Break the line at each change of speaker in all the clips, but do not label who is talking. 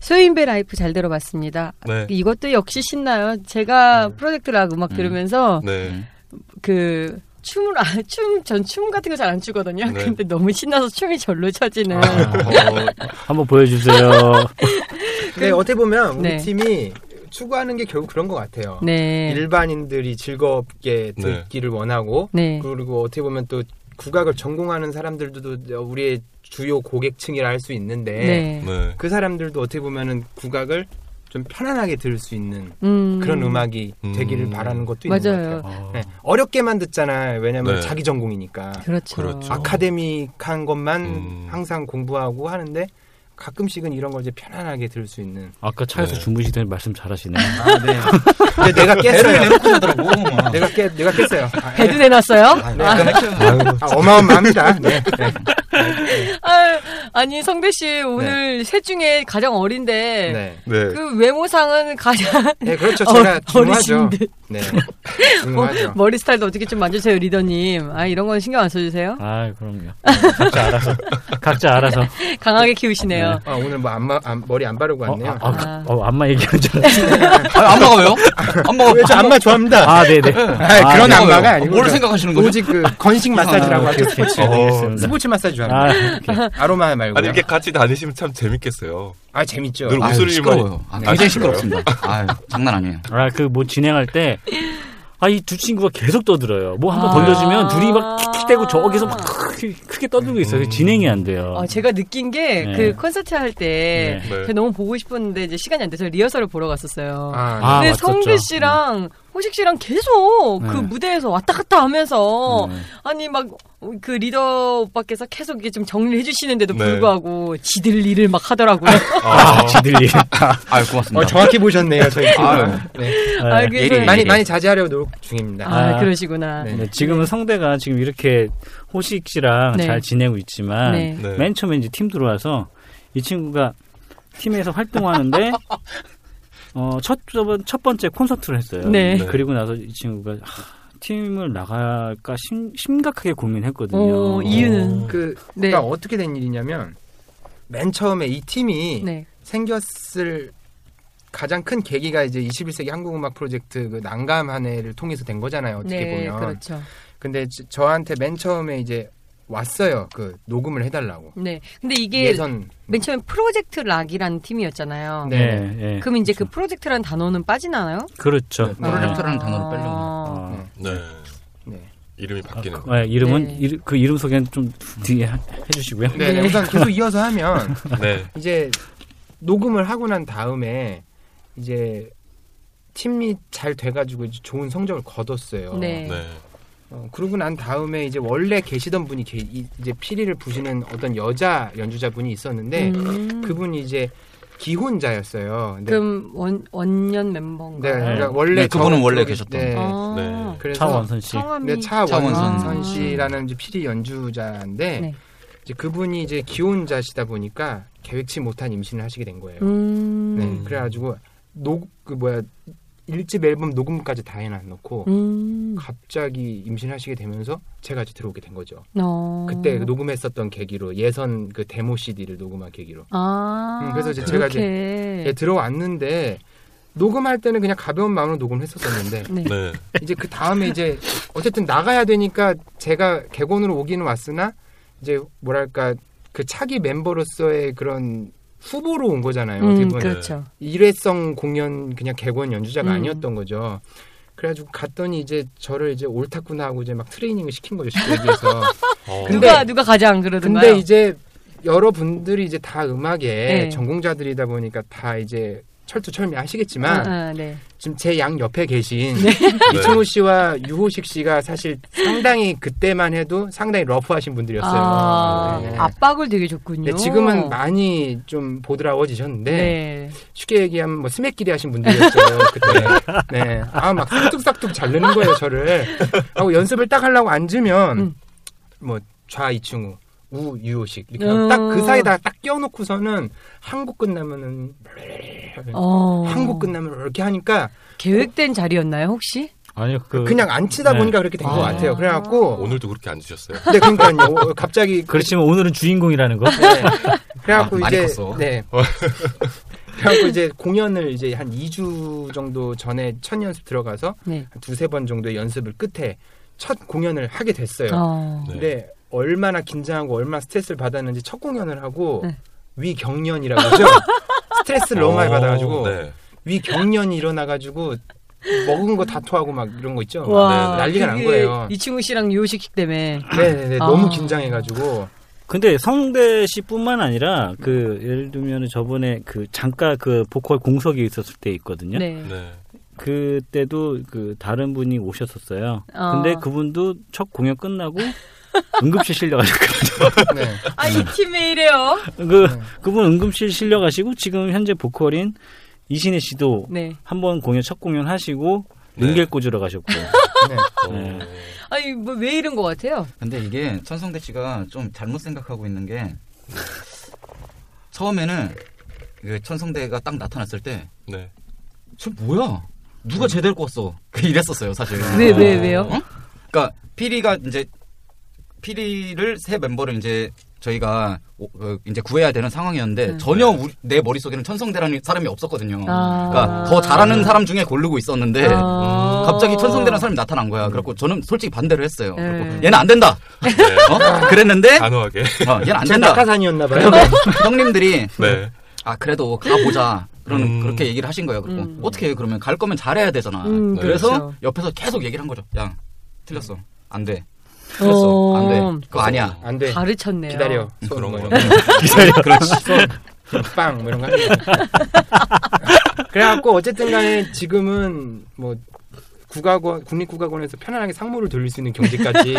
소인배 라이프 잘 들어봤습니다. 그
네.
이것도 역시 신나요. 제가 프로젝트 락 음악
음.
들으면서
네.
그 춤을 아, 춤, 전 춤 같은 거 잘 안 추거든요.
네.
근데 너무 신나서 춤이 절로 쳐지는.
어, 한번 보여주세요.
네, 어떻게 보면 우리
네.
팀이 추구하는 게 결국 그런 것 같아요.
네.
일반인들이 즐겁게
네.
듣기를 원하고
네.
그리고 어떻게 보면 또 국악을 전공하는 사람들도 우리의 주요 고객층이라 할 수 있는데
네.
네.
그 사람들도 어떻게 보면은 국악을 좀 편안하게 들을 수 있는
음.
그런 음악이
음.
되기를 바라는 것도 있는 것
맞아요.
같아요. 네, 어렵게만 듣잖아요. 왜냐면
네.
자기 전공이니까.
그렇죠.
그렇죠. 아,
아카데믹한 것만
음.
항상 공부하고 하는데 가끔씩은 이런 걸 이제 편안하게 들을 수 있는.
아까 차에서
네.
주무시더니 말씀 잘하시네요.
아, 네. 근데 내가
배를
깼어요.
내놓고 자더라고.
내가 깼, 내가 깼어요. 아, 예.
배도 내놨어요?
아, 네. 아, 어마어마합니다. 네. 네.
아, 아니, 성배 씨, 오늘 셋 중에 가장 어린데,
네.
네.
그 외모상은 가장
네, 그렇죠. 제가
어,
중요하죠.
어르신들.
네.
어,
중요하죠.
머리 스타일도 어떻게 좀 만져주세요, 리더님. 아, 이런 건 신경 안 써주세요?
아, 그럼요. 각자 알아서. 각자 알아서.
강하게 키우시네요.
아, 오늘 뭐 안마, 안- 머리 안 바르고
어,
왔네요.
아, 아, 그- 어, 안마 얘기하는 줄 알았어요.
아, 안 먹어요? 안 먹어.
아, 왜 저 안마 좋아합니다.
아, 네네.
아,
안
그런 안마가
먹어요.
아니고.
뭘 생각하시는 거죠?
오직 그 건식 마사지라고 하죠. 스포츠.
네,
어,
알겠습니다.
스포츠 마사지 좋아합니다.
그렇죠. 아, 오케이.
아로마 말고.
아니 이렇게 같이 다니시면 참 재밌겠어요.
아 재밌죠.
늘
아,
목소리만
아,
아,
굉장히 시끄럽습니다. 아, 장난 아니에요.
아, 그 뭐 진행할 때. 아, 이 두 친구가 계속 떠들어요. 뭐 한번
아.
던져주면 둘이 막 킥킥대고 저기서 막 크게, 크게 떠들고 있어요.
음.
그래서 진행이 안 돼요.
아, 제가 느낀 게 그
네.
콘서트 할 때
네.
제가 너무 보고 싶었는데 이제 시간이 안 돼서 리허설을 보러 갔었어요.
아,
아,
근데
맞췄죠.
네, 성배 씨랑 호식 씨랑 계속 그
네.
무대에서 왔다 갔다 하면서
네.
아니 막 그 리더 오빠께서 계속 이게 좀 정리해 주시는데도
네.
불구하고 지들 일을 막 하더라고요.
아, 지들이.
아,
어,
고맙습니다.
정확히 보셨네요. 저희 팀.
아유.
네.
아,
네.
그래서
예리.
많이 많이 자제하려고 노력 중입니다.
아,
아.
그러시구나.
네.
네, 지금은 성대가 지금 이렇게 호식 씨랑
네.
잘 지내고 있지만
네.
네.
맨 처음에 이제 팀 들어와서 이 친구가 팀에서 활동하는데 어, 첫, 저번- 첫 번째 콘서트를 했어요.
네.
네.
그리고 나서 이 친구가 하, 팀을 나갈까 심, 심각하게 고민했거든요.
어, 이유는
아, 그
네.
그러니까 어떻게 된 일이냐면 맨 처음에 이 팀이
네.
생겼을 가장 큰 계기가 이제 21세기 한국음악 프로젝트 그 난감 한 해를 통해서 된 거잖아요. 어떻게
네,
보면.
그렇죠.
근데 저- 저한테 맨 처음에 이제 왔어요. 그 녹음을 해달라고.
네. 근데 이게
예선.
맨 처음에 프로젝트 락이라는 팀이었잖아요.
네.
네, 네.
그럼 이제 그 프로젝트라는 단어는 빠지나요?
그렇죠.
네,
네.
프로젝트라는 단어로 빼려고.
아.
어,
네.
네.
이름이 바뀌는 거.
네, 이름은
네.
이름- 그 이름 소개는 좀 뒤에 하- 해주시고요.
네, 네.
네.
우선 계속 이어서 하면
네.
이제 녹음을 하고 난 다음에 이제 팀이 잘 돼가지고 이제 좋은 성적을 거뒀어요.
네.
네.
어, 그러고 난 다음에 이제 원래 계시던 분이 게- 이- 이제 피리를 부시는 어떤 여자 연주자분이 있었는데
음.
그분이 이제 기혼자였어요. 근데-
그럼 원, 원년
네,
멤버인가요?
그러니까 원래
네, 그분은
저-
원래
저기-
계셨던
네,
아,
네.
그래서
차원선 씨.
성함이
네, 차원선
차원선
선
씨.
씨라는 이제 피리 연주자인데
네.
이제 그분이 이제 기혼자시다 보니까 계획치 못한 임신을 하시게 된 거예요.
음.
네, 그래가지고 녹그 뭐야 일집 앨범 녹음까지 다 해놔놓고
음.
갑자기 임신하시게 되면서 제가 이제 들어오게 된 거죠.
어.
그때 그 녹음했었던 계기로 예선 그 데모 CD를 녹음한 계기로
아.
음, 그래서 이제 제가 이제-
그렇게.
예, 들어왔는데 녹음할 때는 그냥 가벼운 마음으로 녹음했었었는데
네.
네.
이제 그 다음에 이제 어쨌든 나가야 되니까 제가 객원으로 오기는 왔으나 이제 뭐랄까 그 차기 멤버로서의 그런 후보로 온 거잖아요. 어떻게
음,
보면
그렇죠.
일회성 공연 그냥 객원 연주자가
음.
아니었던 거죠. 그래가지고 갔더니 이제 저를 이제 옳다구나 하고 이제 막 트레이닝을 시킨 거죠 쉽게 얘기해서.
어.
근데-
누가 누가 가장 그러던가요?
근데 이제 여러분들이 이제 다 음악에
네.
전공자들이다 보니까 다 이제 철두철미 하시겠지만
아, 네. 아, 네.
지금 제 양 옆에 계신
네.
이충호 씨와 유호식 씨가 사실 상당히 그때만 해도 상당히 러프하신 분들이었어요.
아,
네.
압박을 되게 줬군요.
근데 지금은 많이 좀 보드라워지셨는데
네.
쉽게 얘기하면 뭐 스매끼리 하신 분들이었죠 그때. 네. 아막 싹둑싹둑 자르는 거예요 저를. 하고 연습을 딱 하려고 앉으면
음.
뭐 좌이충우 우 유호식 이렇게
음.
딱 그 사이에다 딱 끼워놓고서는 한 곡 끝나면은
어.
한 곡 끝나면 이렇게 하니까
계획된 자리였나요, 혹시?
아니요 그
그냥 앉히다
네.
보니까 그렇게 된 것
아.
같아요. 그래갖고
오늘도 그렇게 안 주셨어요?
네 그러니까요 어, 갑자기 그-
그렇지만 오늘은 주인공이라는 거.
네. 그래갖고
아, 많이
이제
컸어.
네. 그래갖고 이제 공연을 이제 한 2주 정도 전에 첫 연습 들어가서
네.
한 두세 번 정도의 연습을 끝에 첫 공연을 하게 됐어요.
어.
네.
근데 얼마나 긴장하고 얼마나 스트레스를 받았는지 첫 공연을 하고
네.
위경련이라고 하죠. 스트레스를 너무 많이
어,
받아가지고
네.
위경련이 일어나가지고 먹은 거 다 토하고 막 이런 거 있죠.
와,
네, 난리가 난
그게
거예요.
이충우 씨랑 유호식 씨 때문에.
네네네
아.
너무 긴장해가지고
근데 성대 씨뿐만 아니라 그 예를 들면 저번에 그 잠깐 그 보컬 공석이 있었을 때 있거든요.
네.
네.
그때도 그 다른 분이 오셨었어요.
어.
근데 그분도 첫 공연 끝나고 응급실 실려가지고
네.
아, 이 팀 왜 이래요?
그 그분 응급실 실려가시고 지금 현재 보컬인 이신혜 씨도
네.
한 번 공연 첫 공연 하시고
네.
능겔 꽂으러 가셨고
네.
어.
네.
아니, 뭐, 왜 이런 것 같아요?
근데 이게 천성대 씨가 좀 잘못 생각하고 있는 게 처음에는 그 천성대가 딱 나타났을 때 저
네.
뭐야 누가 제대로 꿨어 그 이랬었어요 사실.
왜, 왜, 왜요?
어? 그러니까 피리가 이제 피리를 새 멤버를 이제 저희가 오- 어, 이제 구해야 되는 상황이었는데
네.
전혀 우리- 내 머릿속에는 천성대라는 사람이 없었거든요.
아.
그러니까 더 잘하는 사람 중에 고르고 있었는데 음.
아.
갑자기 천성대라는 사람이 나타난 거야. 그래갖고 저는 솔직히 반대를 했어요.
네. 아.
그래갖고 얘는 안 된다. 어? 그랬는데
네.
아,
단호하게.
어, 얘는 안
제
된다.
낙하산이었나
네.
봐요.
그래서 형님들이
네.
아 그래도 가보자. 그러는
음.
그렇게 얘기를 하신 거예요. 그리고
음.
어떻게 해? 그러면 갈 거면 잘해야 되잖아.
음,
그래서
그렇죠.
옆에서 계속 얘기를 한 거죠. 야 틀렸어. 안 돼. 틀렸어.
어.
안 돼. 그거 아니야.
안 돼.
가르쳤네요. 아,
기다려. 음,
그런 거.
빵 뭐 이런 거 하는 거. 그래갖고 어쨌든 간에 지금은 뭐 국악원 국립국악원에서 편안하게 상무를 돌릴 수 있는 경지까지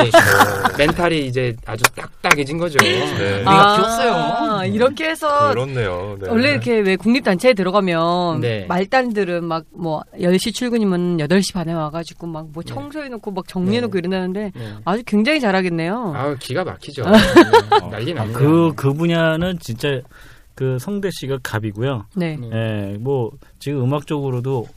멘탈이 이제 아주 딱딱해진 거죠.
네.
우리가
아,
귀엽어요.
이렇게 해서
그렇네요. 네.
원래 이렇게 왜 국립단체에 들어가면
네.
말단들은 막 뭐 10시 출근이면 8시 반에 와가지고 막 뭐 청소해놓고 막 정리해놓고 이러는데
네.
아주 굉장히 잘하겠네요.
아 기가 막히죠. 네, 난리
아,
납니다.
그, 그 분야는 진짜 그 성대 씨가 갑이고요.
네.
네.
예, 뭐 지금 음악적으로도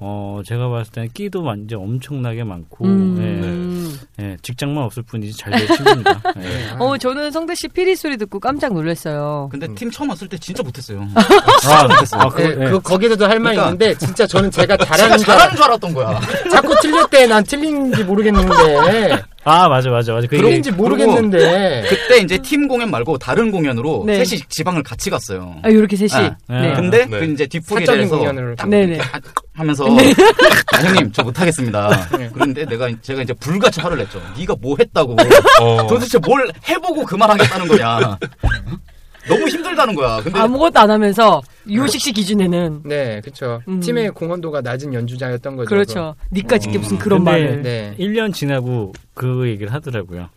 어 제가 봤을 때는 끼도 완전 엄청나게 많고
음.
네.
예, 예, 직장만 없을 뿐이지 잘될 친구입니다.
네.
예.
어, 저는 성대 씨 피리 소리 듣고 깜짝 놀랐어요.
근데 팀 처음 그러니까. 왔을 때 진짜 못했어요.
아, 아, 그,
네,
예.
그 거기서도 할 말이
그러니까.
있는데 진짜 저는 제가
제가
잘하는 줄 알아,
잘하는 줄 알았던 거야.
자꾸 틀릴 때 난 틀린지 모르겠는데
아 맞아 맞아 맞아. 그
틀린지 모르겠는데
그때 이제 팀 공연 말고 다른 공연으로
네.
셋이 지방을 같이 갔어요.
아, 요렇게 셋이.
아,
네.
아.
근데
네.
그 이제 뒷풀이
사적인
대해서
공연으로 딱
네네. 네.
하면서 아, 형님 저 못하겠습니다. 그런데 내가 제가 이제 불같이 화를 냈죠. 네가 뭐 했다고
어.
도대체 뭘 해보고 그만하겠다는 거냐. 너무 힘들다는 거야. 근데
아무것도 뭐. 안 하면서 유호식 씨 기준에는
네, 그렇죠.
음.
팀의 공헌도가 낮은 연주자였던 거죠. 음.
그렇죠. 음. 니까 짓게 무슨 그런
근데-
말을.
네.
1년 지나고 그 얘기를 하더라고요.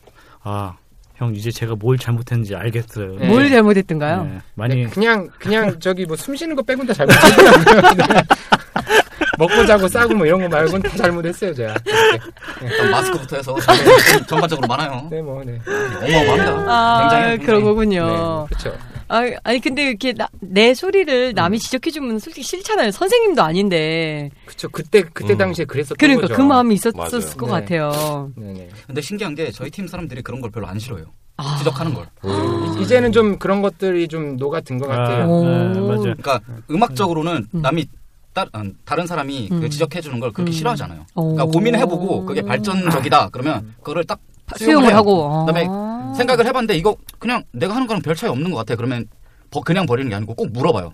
아, 형 이제 제가 뭘 잘못했는지 알겠어요.
네.
예. 뭘 잘못했던가요?
예, 많이
네, 그냥 그냥 저기 뭐 숨쉬는 거 빼곤 다 잘못했어요. 네. 먹고 자고 싸고 뭐 이런 거 말고는 다 잘못했어요 제가.
일단 마스크부터 해서 네, 전반적으로 많아요.
네, 뭐 네.
어마어마합니다.
아,
굉장히
그런 거군요.
그렇죠.
아, 아니 근데 이렇게 나- 내 소리를
음.
남이 지적해 주면 솔직히 싫잖아요. 선생님도 아닌데.
그쵸 그때 그때
음.
당시에 그랬었던
그러니까
거죠.
그 마음이 있었을
맞아요.
것
네.
같아요.
네네.
근데 신기한 게 저희 팀 사람들이 그런 걸 별로 안 싫어요.
아.
지적하는 걸.
이- 이제는 좀 그런 것들이 좀 녹아든 것
아,
같아요.
오.
네, 맞아요.
그러니까 음악적으로는
음.
남이 따, 어, 다른 사람이
음.
그 지적해 주는 걸 그렇게
음.
싫어하잖아요.
오. 음.
그러니까 고민해보고 그게 발전적이다 그러면 그거를 딱
수용을
해요.
하고.
그다음에
아.
생각을 해봤는데 이거 그냥 내가 하는 거랑 별 차이 없는 것 같아. 그러면 버- 그냥 버리는 게 아니고 꼭 물어봐요.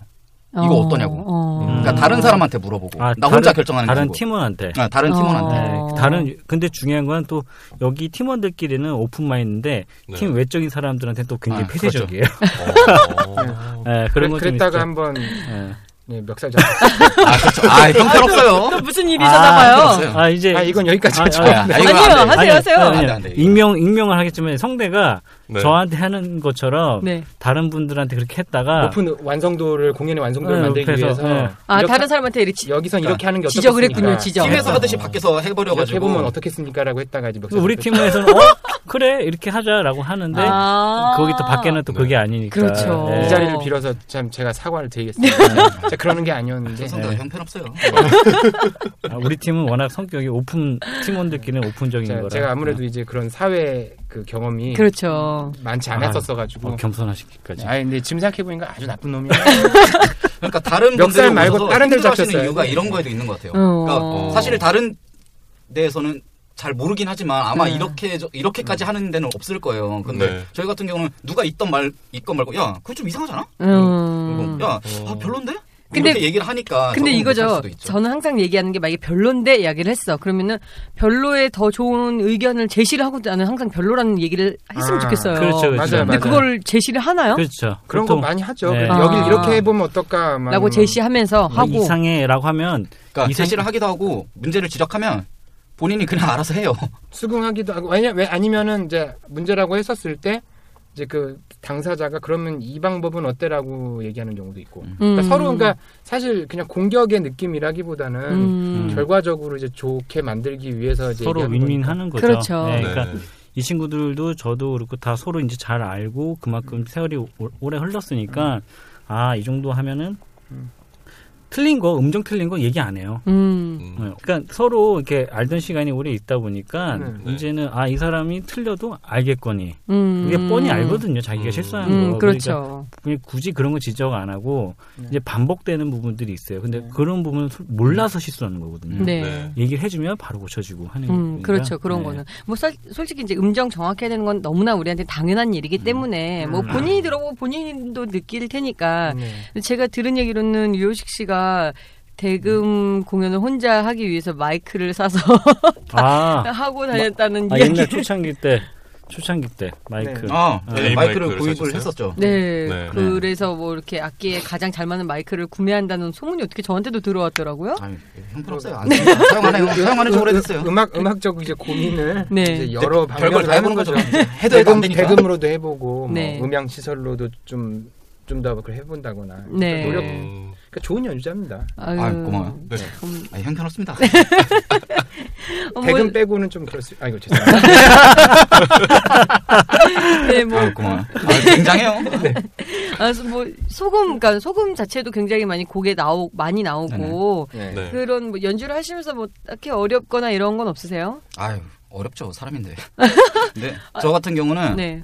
이거 어떠냐고.
어.
그러니까
음.
다른 사람한테 물어보고
아,
나 혼자
다른-
결정하는 게
다른
아니고.
팀원한테.
아, 다른
어.
팀원한테.
네,
어.
다른 근데 중요한 건 또 여기 팀원들끼리는 오픈 마인드인데
네.
팀 외적인 사람들한테 또 굉장히
아,
폐쇄적이에요.
어.
네, 그런 거 좀
뭐. 그랬다가
있죠.
한번
네.
네, 멱살 잡.
아, 그렇죠. 아, 형편없어요.
또 무슨 일이잖아요.
힘들었어요.
아 이제
아 이건 여기까지
아,
하죠.
아,
아, 이건
아니요,
안 돼.
하세요, 하세요.
아니, 아니,
안 돼, 안 돼, 이거.
익명 익명을 하겠지만 성대가
네.
저한테 하는 것처럼
네.
다른 분들한테 그렇게 했다가
높은 완성도를 공연의 완성도를
아. 네,
만들기
그래서,
위해서
네.
아
이렇게-
다른 사람한테 이렇게 지-
여기선 이렇게 하는 게
지적을
어떻겠습니까? 네.
했군요, 지적.
팀에서 하듯이 밖에서
이렇게
해버려가지고.
해보면 어떻겠습니까라고 했다가 이제 멱살
우리
잡혔죠.
팀에서는 어 그래 이렇게 하자라고 하는데
아.
네. 거기 또 밖에는 또
네.
그게 아니니까
그렇죠.
네.
이 자리를 빌어서 참 제가 사과를 드리겠습니다. 제가 그러는 게 아니었는데
죄송합니다.
네.
형편없어요.
아, 우리 팀은 워낙 성격이 오픈 팀원들끼리는 오픈적인
제가,
거라 네.
제가 아무래도 이제 그런 사회 그 경험이
그렇죠.
많지
아,
않았었어
어,
가지고.
어, 겸손하시기까지
뭐 아니 근데 지금 생각해 보니까 아주 나쁜 놈이야.
그러니까 다른
멱살
분들이
말고
오셔서
다른 데를
힘들어하시는
잡혔어요.
이유가 이런 거에도 있는 것 같아요.
어.
그러니까
어.
사실 다른 데에서는 잘 모르긴 하지만 아마
음.
이렇게 저- 이렇게까지 하는 데는 없을 거예요. 근데
네.
저희 같은 경우는 누가 있던 말 있건 말고 야 그거 좀 이상하잖아.
음.
야 아, 별론데?
근데-
이렇게 얘기를 하니까
근데
적응 못할
이거죠.
수도 있죠.
저는 항상 얘기하는 게 만약에 별론데 이야기를 했어. 그러면은 별로에 더 좋은 의견을 제시를 하고 나는 항상 별로라는 얘기를 했으면
아,
좋겠어요.
그렇죠
근데
그렇죠
맞아요, 맞아요.
그걸 제시를 하나요?
그렇죠
그런 거
보통
많이 하죠.
네.
그래서 여길
아.
이렇게 해보면 어떨까? 막
라고
뭐.
제시하면서
뭐
하고
이상해라고 하면
그러니까
이상-
제시를 하기도 하고 문제를 지적하면 본인이 그냥 알아서 해요.
수긍하기도 하고 아니 왜 아니면은 이제 문제라고 했었을 때 이제 그 당사자가 그러면 이 방법은 어때라고 얘기하는 경우도 있고 그러니까
음.
서로 그러니까 사실 그냥 공격의 느낌이라기보다는
음.
음.
결과적으로 이제 좋게 만들기 위해서 이제
서로
얘기하는 거니까.
윈윈하는 거죠
그렇죠.
네,
네.
그러니까 이 친구들도 저도 그렇고 다 서로 이제 잘 알고 그만큼 세월이 오- 오래
음.
흘렀으니까 아 이 정도 하면은 틀린 거 음정 틀린 거 얘기 안 해요.
음.
음.
어, 그러니까 서로 이렇게 알던 시간이 오래 있다 보니까
네.
네.
이제는 아 이 사람이 틀려도 알겠거니
음.
이게 뻔히 알거든요 뭐. 자기가
음.
실수하는
음,
거
그렇죠.
그러니까 굳이 그런 거 지적 안 하고
네.
이제 반복되는 부분들이 있어요 근데
네.
그런 부분은 솔- 몰라서 실수하는 거거든요
네.
네.
얘기를 해주면 바로 고쳐지고 하는
음,
거니까.
그렇죠. 그런
네.
거는. 뭐, 사- 솔직히 이제 음정 정확해야 되는 건 너무나 우리한테 당연한 일이기 때문에, 뭐,
음.
본인이 들어보고 본인도 느낄
음.
테니까.
네.
근데 제가 들은 얘기로는 유효식 씨가 대금 공연을 혼자 하기 위해서 마이크를 사서
아,
하고 다녔다는
아,
이야기.
옛날 초창기 때 초창기 때 마이크
네.
아, 네,
아,
네,
마이크를
마이크를
구입을
사셨어요?
했었죠.
네,
네.
그래서 뭐 이렇게 악기에 가장 잘 맞는 마이크를 구매한다는 소문이 어떻게 저한테도 들어왔더라고요.
아유, 형편없어요. 안 씁니다. 사용하네요. 사용하는 지 오래됐어요.
음악 음악적 이제 고민을
네.
이제 여러
별걸
방면을
다 해보는
하는
거죠.
거죠.
이제 해도 해도
대금
안 되니까.
대금으로도 해보고 뭐
네.
음향 시설로도 좀 좀 더 그걸 해본다거나
네.
노력
음.
그러니까 좋은 연주자입니다.
아유,
아유, 고마워요.
네.
음,
아, 형편없습니다.
어, 뭐,
대금 빼고는 좀 그럴 수 아이고 죄송합니다.
네, 뭐,
아, 고마워. 아, 굉장해요.
아, 소- 뭐 소금, 그러니까 소금 자체도 굉장히 많이 곡에 나오 많이 나오고
네.
네.
그런 뭐 연주를 하시면서 뭐 딱히 어렵거나 이런 건 없으세요?
아유, 어렵죠. 사람인데. 근데 저 같은 경우는
네.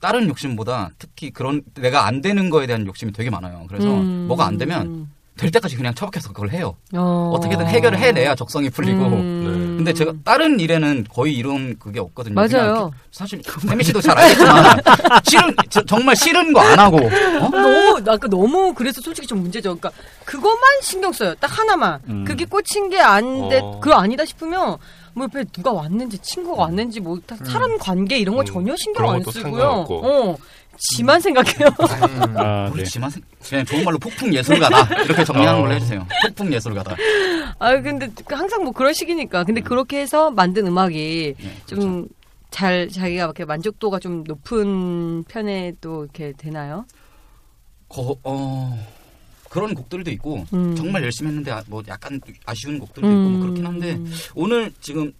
다른 욕심보다 특히 그런 내가 안 되는 거에 대한 욕심이 되게 많아요. 그래서
음.
뭐가 안 되면 될 때까지 그냥 처박혀서 그걸 해요.
어.
어... 떻게든 해결을 해내야 적성이 풀리고.
음.
근데 제가 다른 일에는 거의 이런 그게 없거든요. 그냥
맞아요.
사실 태미 씨도 잘 알겠지만 싫은 저- 정말 싫은 거 안 하고 어?
너무 나 아까 너무 그래서 솔직히 좀 문제죠. 그러니까 그것만 신경 써요. 딱 하나만.
음.
그게 꽂힌 게 안 돼.
어.
그거 아니다 싶으면 뭐 옆에 누가 왔는지 친구가 왔는지 뭐 다- 사람 관계 이런 거
음.
전혀 신경
그런
안
것도
쓰고요.
상관없고. 음.
어. 지만 생각해요.
음.
아, 네.
그렇지만 생- 그냥 좋은 말로 폭풍 예술가다 이렇게 정리하는 걸로
어.
해주세요. 폭풍 예술가다.
아 근데 항상 뭐 그런 식이니까.
음.
근데 그렇게 해서 만든 음악이
네, 그렇죠.
좀 잘 자기가 이렇게 만족도가 좀 높은 편에 또 이렇게 되나요?
거- 어, 그런 곡들도 있고
음.
뭐
음.
정말 열심히 했는데 아- 뭐 약간 아쉬운 곡들도 있고 뭐 그렇긴 한데 오늘 지금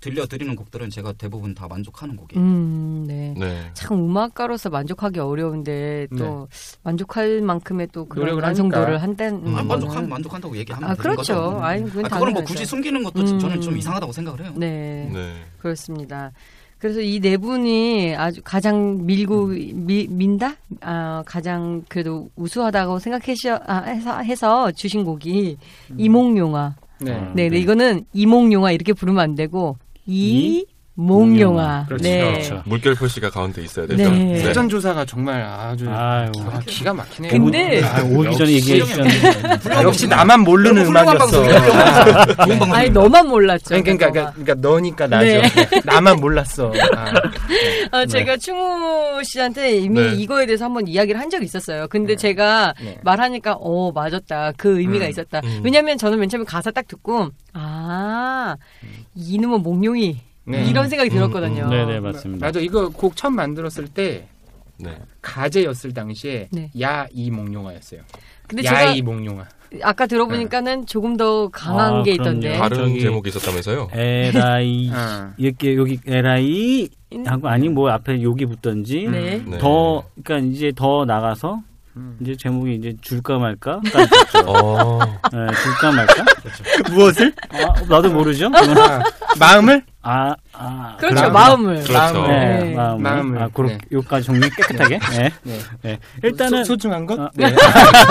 들려드리는 곡들은 제가 대부분 다 만족하는 곡이에요.
음, 네.
네.
참 음악가로서 만족하기 어려운데 또 만족할 만큼의 또 그런
네. 노력을
완성도를
하니까.
한다는
음,
아,
거는-
만족하면 만족한다고 얘기하면
아,
되는
그렇죠.
거죠.
아니, 그건
아, 그거는 뭐
당연하죠.
굳이 숨기는 것도
음.
저는 좀 이상하다고 생각을 해요.
네.
네.
그렇습니다. 그래서 이 네 분이 아주 가장 밀고
음.
미- 민다? 아, 가장 그래도 우수하다고 생각해서 아, 해서, 해서 주신 곡이 이몽룡아.
음. 네.
음.
네, 네, 이거는 이몽룡아 이렇게 부르면 안 되고
이-
이몽룡아.
그렇죠.
네.
그렇죠.
물결 표시가 가운데 있어야 되죠.
네.
네.
사전 조사가 정말 그 아주
아유.
기가, 기가 막히네요.
근데
아, 오기 전에 얘기해 주셨는데.
아, 역시 나만 모르는 음악이었어.
좋은 방송.
아니 너만 몰랐죠.
아니, 그러니까, 그러니까,
너가.
그러니까 너니까 나죠.
네.
나만 몰랐어. 아,
아, 제가 충우 씨한테 이미
네.
이거에 대해서 한번 이야기를 한 적이 있었어요. 근데 제가
네.
말하니까 어 맞았다 그 의미가
음.
있었다.
음.
왜냐하면 저는 맨 처음에 가사 딱 듣고 아 이놈은 몽룡이
네.
이런 생각이
음,
들었거든요.
네네 맞습니다.
맞아. 이거 곡 처음 만들었을 때
네.
가제였을 당시에
네.
야이 몽룡아였어요.
근데 제가
야이 몽룡아.
아까 들어보니까는 조금 더 강한
아,
게
그럼요.
있던데.
바로-
다른
저기-
제목이 있었다면서요?
에라이
아.
이렇게 여기 에라이 하고 아니 뭐 앞에 여기 붙던지
네.
네.
더 그러니까 이제 더 나가서
음.
이제 제목이 이제 줄까 말까 그러니까,
어.
네, 줄까 말까
무엇을?
아, 나도 모르죠.
아, 마음을?
아, 아
그렇죠
그럼-
마음을.
그렇죠.
네,
네.
마음을.
마음을.
아, 그렇게
네.
여기까지 정리 깨끗하게. 네.
네.
네. 일단은
소, 중한 것?
아,
네.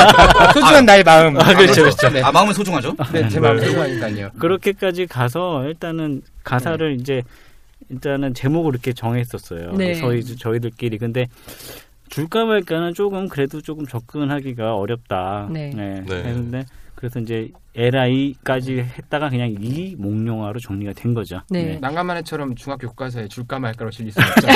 소중한 나의 마음. 아,
그렇죠,
그렇죠. 네,
아 마음은 소중하죠.
네, 제 마음 소중하니까요.
그렇게까지 가서 일단은
네.
가사를 이제 일단은 제목을 이렇게 정했었어요.
네.
저희 저희들끼리 근데 줄까 말까는 조금 그래도 조금 접근하기가 어렵다.
네.
네.
그런데 그래서 이제 LI까지 했다가 그냥 이 목용화로 정리가 된 거죠.
네.
난감한 애처럼 중학교 교과서에 줄까 말까로 실릴 수 없죠.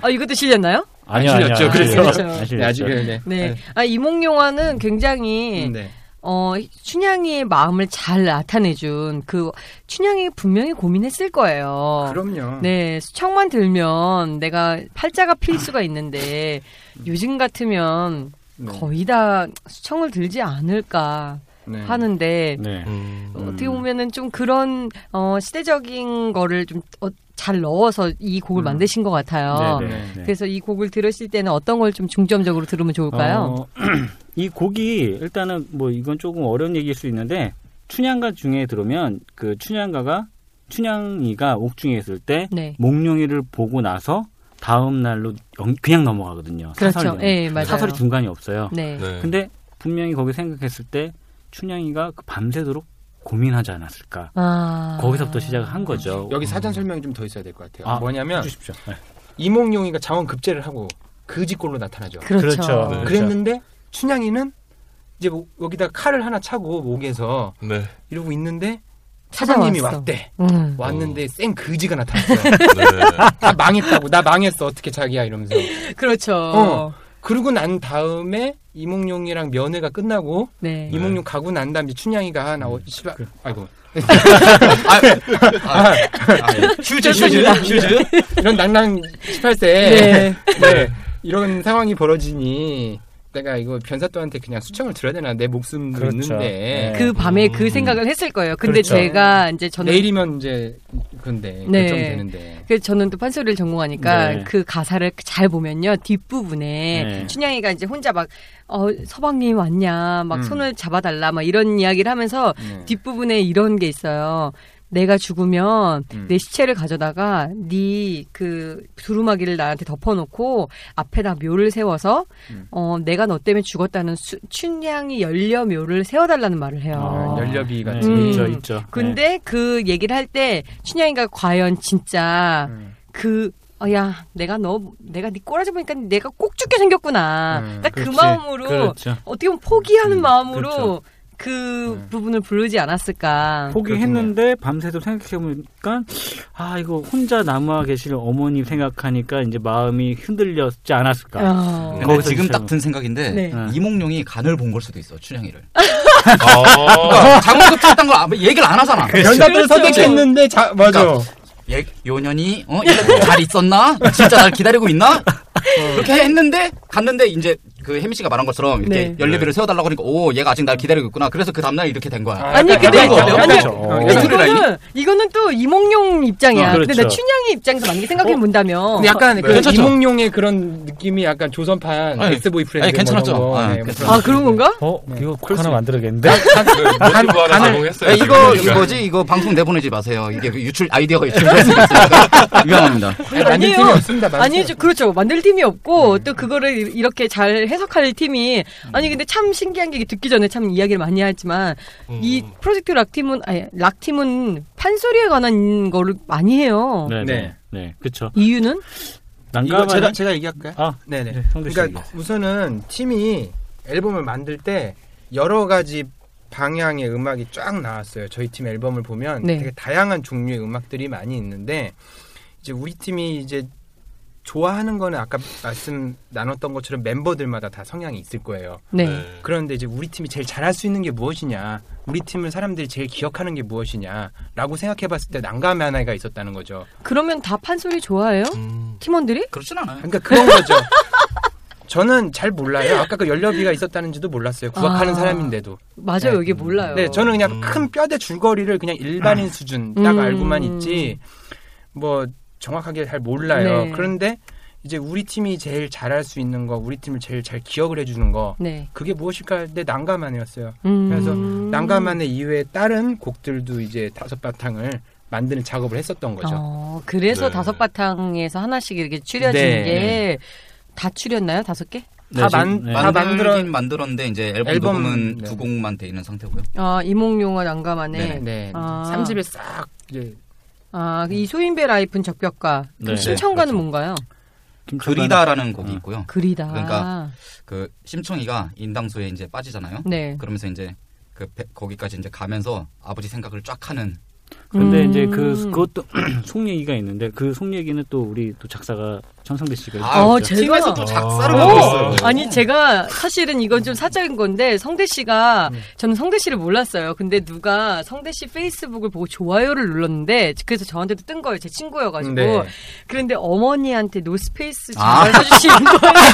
아 이것도 실렸나요?
아니요, 아니요.
아실렸죠,
그래서.
네, 아직은 네.
네. 아 이몽룡화는 굉장히
네.
어, 춘향이의 마음을 잘 나타내준 그 춘향이 분명히 고민했을 거예요.
그럼요.
네, 수청만 들면 내가 팔자가 필 수가 있는데 요즘 같으면
네.
거의 다 수청을 들지 않을까
네.
하는데
네.
음.
어떻게 보면은 좀 그런 어, 시대적인 거를 좀 어, 잘 넣어서 이 곡을
음.
만드신 것 같아요.
네,
네.
네.
그래서 이 곡을 들으실 때는 어떤 걸 좀 중점적으로 들으면 좋을까요?
어, 이 곡이 일단은 뭐 이건 조금 어려운 얘기일 수 있는데 춘향가 중에 들으면 그 춘향가가 춘향이가 옥중에 있을 때
네.
목룡이를 보고 나서 다음 날로 연- 그냥 넘어가거든요.
그렇죠.
사설이
예, 맞아요.
사설이 중간이 없어요.
네.
네.
근데 분명히 거기 생각했을 때 춘향이가 그 밤새도록 고민하지 않았을까.
아.
거기서부터 시작한 거죠.
음. 여기 사전 설명이 좀 더 있어야 될 것 같아요.
아,
뭐냐면
해주십시오. 네.
이몽룡이가 자원 급제를 하고 그지꼴로 나타나죠.
그렇죠.
그렇죠. 네.
그랬는데 춘향이는 이제 뭐 여기다 칼을 하나 차고 목에서
네.
이러고 있는데
찾아왔어.
사장님이 왔대.
음.
어.
왔는데 쌩 그지가 나타났어.
네.
나 망했다고. 나 망했어. 어떻게 자기야 이러면서.
그렇죠.
어. 그러고 난 다음에 이몽룡이랑 면회가 끝나고
네.
이몽룡 가고 난 다음에 춘향이가 나 어, 씨발 아이고
아, 네. 휴즈, 휴즈, 휴즈.
이런 낭낭 18세
네.
네. 이런 상황이 벌어지니 내가 이거 변사또한테 그냥 수청을 들어야 되나 내 목숨도
그렇죠.
있는데
네.
그 밤에 그
음.
생각을 했을 거예요. 근데
그렇죠.
제가 이제 저는
내일이면 이제 근데
네.
결정이 되는데
그래서 저는 또 판소리를 전공하니까
네.
그 가사를 잘 보면요 뒷부분에
네.
춘향이가 이제 혼자 막 어 서방님 왔냐 막
음.
손을 잡아달라 막 이런 이야기를 하면서
네.
뒷부분에 이런 게 있어요. 내가 죽으면
음.
내 시체를 가져다가 네 그 두루마기를 나한테 덮어놓고 앞에다 묘를 세워서
음.
어 내가 너 때문에 죽었다는 수, 춘향이 열려 묘를 세워달라는 말을 해요.
아,
열려비
네,
같은
음.
있죠, 있죠.
근데 그 얘기를 할 때 춘향이가 과연 진짜
음.
그 어, 야, 내가 너, 내가 네 꼬라지 보니까 내가 꼭 죽게 생겼구나.
음,
딱 그
그렇지.
마음으로,
그렇죠.
어떻게 보면 포기하는
음,
마음으로
그렇죠.
그
음.
부분을 부르지 않았을까.
포기했는데 밤새도록 생각해보니까 아 이거 혼자 남아 계실 어머니 생각하니까 이제 마음이 흔들렸지 않았을까.
어,
네.
근데
거기서
지금
시작은-
딱 든 생각인데
네. 아.
네.
이몽룡이 간을 본 걸 수도 있어 춘향이를. 그러니까
어.
자기가 쳤던 걸 아마 얘기를 안 하잖아.
변사또를
그렇죠.
선택했는데 자 맞아
그러니까 얘, 요년이 어? 이래 잘 있었나? 진짜 날 기다리고 있나? 그렇게 했는데 갔는데 이제 그 그 혜미 씨가 말한 것처럼 이렇게
네.
연립비를 세워달라고 하니까 오 얘가 아직 날 기다리고 있구나. 그래서 그 다음날 이렇게 된 거야.
아니, 근데-
아니,
네, 근데
어.
이거는 이거는 또 이몽룡 입장이야.
어,
근데
그렇죠. 어?
나 춘향이 입장에서 만약에 생각해 본다면
근데 약간 그
괜찮죠?
이몽룡의 그런 느낌이 약간 조선판
아니,
엑스보이 프렌드
아니, 괜찮았죠? 아,
네, 뭐
아 그런 건가?
어, 이거 하나
수
만들어야겠는데?
아,
모티브 하나
간을-
가공했어요.
네,
지금
야, 이거
보니까.
이거지 이거 방송 내보내지 마세요. 이게 그 유출 아이디어가 유출될 수 있으니까 위험합니다.
만들 팀이
아니에요.
없습니다. 만들
아니,
팀이
죠 그렇죠. 만들 팀이 없고,
네.
또 그거를 이렇게 잘 해석할 팀이,
음.
아니, 근데 참 신기한 게 이게 듣기 전에 참 이야기를 많이 하지만,
음.
이 프로젝트 락 팀은, 아니, 락 팀은 판소리에 관한 거를 많이 해요.
네,
네.
네. 네, 그렇죠.
이유는?
난감한
제가 제가 얘기할까요?
아,
네네.
네, 성대 씨.
그러니까 우선은 팀이 앨범을 만들 때 여러 가지 방향의 음악이 쫙 나왔어요. 저희 팀 앨범을 보면
네.
되게 다양한 종류의 음악들이 많이 있는데 이제 우리 팀이 이제 좋아하는 거는 아까 말씀 나눴던 것처럼 멤버들마다 다 성향이 있을 거예요.
네.
그런데 이제 우리 팀이 제일 잘할 수 있는 게 무엇이냐, 우리 팀을 사람들이 제일 기억하는 게 무엇이냐라고 생각해봤을 때 난감해 하나가 있었다는 거죠.
그러면 다 판소리 좋아해요?
음.
팀원들이?
그렇진 않아요.
그러니까 그런 거죠. 저는 잘 몰라요. 아까 그 연료비가 있었다는지도 몰랐어요. 구박하는
아.
사람인데도.
맞아요.
네.
이게 몰라요.
네, 저는 그냥
음.
큰 뼈대 줄거리를 그냥 일반인 수준 딱
음.
알고만 있지 뭐 정확하게 잘 몰라요.
네.
그런데 이제 우리 팀이 제일 잘할 수 있는 거, 우리 팀을 제일 잘 기억을 해주는 거
네.
그게 무엇일까 할때 난감하네였어요.
음.
그래서 난감한의 이외에 다른 곡들도 이제 다섯 바탕을 만드는 작업을 했었던 거죠.
어, 그래서
네.
다섯 바탕에서 하나씩 이렇게 추려진
네.
게, 다 추렸나요? 다섯 개?
다 만-
네.
다 만들어-
만들긴 만들었는데 이제 앨범,
앨범,
녹음은
네.
두 곡만 돼 있는 상태고요.
아, 이몽룡아 난감하네.
네네.
네,
아.
삼집에싹 이제
아, 이 소인배 라이프는 적벽과
네.
심청가는 뭔가요?
김천관-
그리다라는 곡이
어.
있고요.
그리다.
그러니까. 그 심청이가 인당수에 이제 빠지잖아요.
네.
그러면서 이제 그 배- 거기까지 이제 가면서 아버지 생각을 쫙 하는
근데 이제
음.
그 그것도 속 얘기가 있는데 그 속 얘기는 또 우리 또 작사가 천상대 씨가
아,
어,
해주셨죠.
제가
팀에서 또 작사를
아.
하고
오.
있어요.
아니 제가 사실은 이건 좀 사적인 건데 성대 씨가 저는 성대 씨를 몰랐어요. 근데 누가 성대 씨 페이스북을 보고 좋아요를 눌렀는데 그래서 저한테도 뜬 거예요. 제 친구여가지고
네.
그런데 어머니한테 노스페이스
아.
잘 써주신 거예요.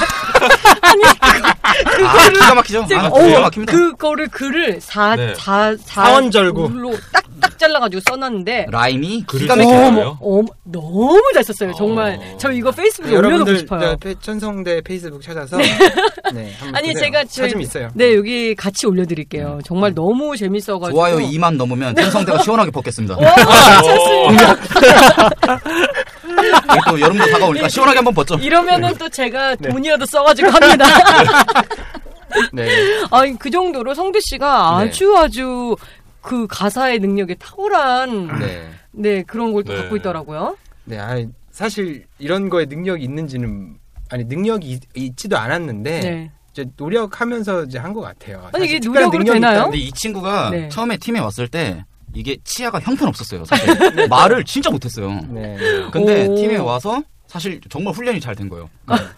아, 기가 막히죠.
지금
아, 기가
어,
막힙니다.
그거를 글을
네.
사사사원
사원절구.
딱딱 잘라가지고 써놨는데
라임이
그리고
기가 막혀요.
뭐예요?
어, 너무 잘 썼어요. 정말
어.
저 이거 페이스북에 올려놓고
네, 여러분들
싶어요.
저 페- 천성대 페이스북 찾아서 네, 한번
아니,
보세요.
제가 저희-
찾으면 있어요.
네, 여기 같이 올려드릴게요. 정말 너무 재밌어가지고.
좋아요 2만 넘으면 천성대가 시원하게 벗겠습니다.
네.
이게 또 여름도 다가오니까 시원하게 한번 벗죠.
이러면은 또 제가 돈이라도 써가지고 합니다.
네.
아니, 그 정도로 성대 씨가
네.
아주 아주 그 가사의 능력에 탁월한 네,
네.
그런 걸 또
네.
갖고 있더라고요.
네, 아 사실 이런 거에 능력이 있는지는 아니 능력이 있- 있지도 않았는데
네.
이제 노력하면서 이제 한 것 같아요.
아니,
사실
이게
특별한
노력으로
능력이
되나요?
근데 이 친구가
네.
처음에 팀에 왔을 때 이게 치아가 형편없었어요. 사실 말을 진짜 못했어요.
있다는- 네.
근데
오.
팀에 와서 사실 정말 훈련이 잘 된 거예요.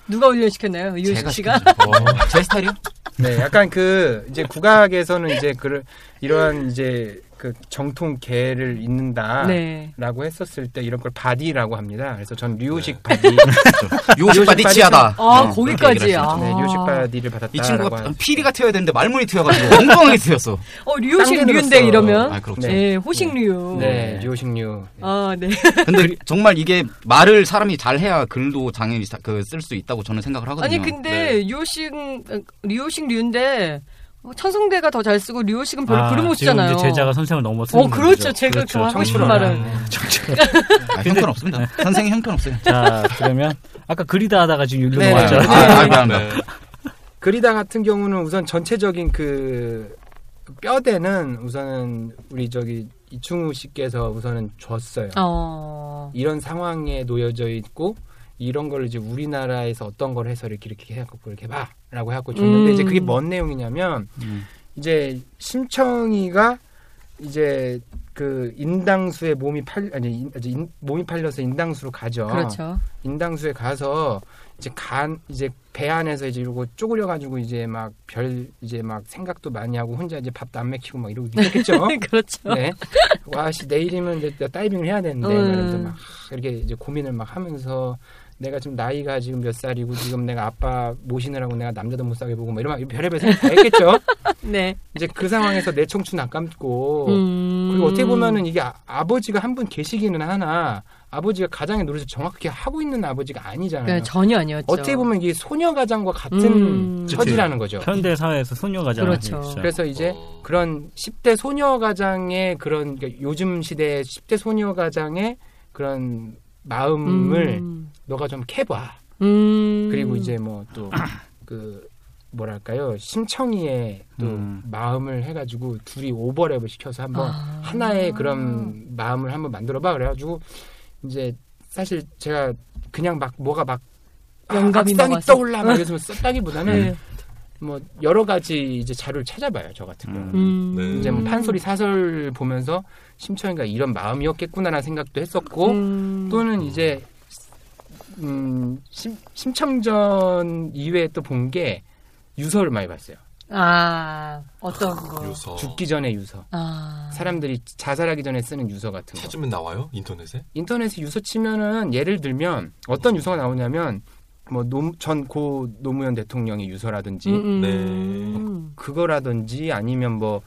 누가 훈련시켰나요? 이효식 씨가?
시켰죠. 어, 제 스타일이요?
네, 약간 그 이제 국악에서는 이제 그 이러한 이제 그 정통 계를 잇는다.
네.
라고 했었을 때 이런 걸 바디라고 합니다. 그래서 전
네.
류식 바디,
요식 바디 치아다.
아,
어, 그렇게
거기까지.
얘기를
아.
했었죠.
네, 류식 바디를 받았다라고
이 친구가
하는-
피리가 튀어야 되는데 말문이 튀어가지고 엉뚱하게 튀었어.
어, 류식
쌍둥이로서-
류인데 이러면.
아, 그렇죠.
네, 호식 류.
네, 류식 류.
아, 네.
근데 정말 이게 말을 사람이 잘해야 글도 당연히 그쓸 수 있다고 저는 생각을 하거든요. 네.
아니
네.
근데 류식 류식 류인데 어, 천성대가 더 잘 쓰고 류식은 별로
아,
글을 못
지금
쓰잖아요.
이제 제자가 선생을 넘어서.
어 그렇죠. 제가 그 하고 싶은 말은
아, 형편 없습니다. 선생님 형편 없어요.
네.
자 그러면 아까 그리다 하다가 지금 여기로
네,
왔잖아.
네.
요
아, 미안합니다.
네.
그리다 같은 경우는 우선 전체적인 그 뼈대는 우선은 우리 저기 이충우 씨께서 우선은 줬어요.
어.
이런 상황에 놓여져 있고 이런 걸 이제 우리나라에서 어떤 걸 해서 이렇게 이렇게 해갖고 이렇게 봐라고 해갖고 줬는데
음.
이제 그게 뭔 내용이냐면 이제 심청이가 이제 그 인당수에 몸이 팔 아니 인, 아니, 인- 몸이 팔려서 인당수로 가죠.
그렇죠.
인당수에 가서 이제 간 이제 배 안에서 이제 이러고 쪼그려 가지고 이제 막 별 이제 막 생각도 많이 하고 혼자 이제 밥도 안 먹히고 막 이러고 있겠죠.
그렇죠.
네. 와씨 내일이면 이제 내가 다이빙을 해야 되는데
음.
막 이러면서 막 이렇게 이제 고민을 막 하면서 내가 지금 나이가 지금 몇 살이고 지금 내가 아빠 모시느라고 내가 남자도 못 사게 보고 뭐 이런 막 별의별 생각 다 했겠죠.
네.
이제 그 상황에서 내 청춘 아깝고
음.
어, 그리고 어떻게 보면은 이게 아, 버지가 한 분 계시기는 하나 아버지가 가장의 노릇을 정확하게 하고 있는 아버지가 아니잖아요.
그러니까 전혀 아니었죠.
어떻게 보면 이게 소녀 가장과 같은
음.
처지라는 거죠.
현대 사회에서 소녀 가장
그렇죠.
그래서 이제
어.
어,
그런 10대 소녀 가장의 그런 그러니까 요즘 시대의 10대 소녀 가장의 그런 마음을
음.
너가 좀 캐봐.
음.
그리고 이제 뭐 또 그 뭐랄까요 심청이의 또
음.
마음을 해가지고 둘이 오버랩을 시켜서 한번
아.
하나의 그런 마음을 한번 만들어봐 그래가지고 이제 사실 제가 그냥 막 뭐가 막 아,
영감이
악상이
막와서.
떠올라 막 이러면서 썼다기보다는
네.
뭐 여러 가지 이제 자료를 찾아봐요 저 같은 경우 는
음.
네.
이제 뭐 판소리 사설 보면서 심청이가 이런 마음이었겠구나라는 생각도 했었고
음.
또는 이제 음, 심, 심청전 이외에 또 본 게 유서를 많이 봤어요.
아 어떤 거?
요서
죽기 전에 유서.
아
사람들이 자살하기 전에 쓰는 유서 같은 거.
찾으면 나와요 인터넷에
인터넷에 유서 치면은 예를 들면 어떤 유서가 나오냐면 뭐 뭐전고 노무현 대통령의 유서라든지
음,
네.
음.
그거라든지 아니면 뭐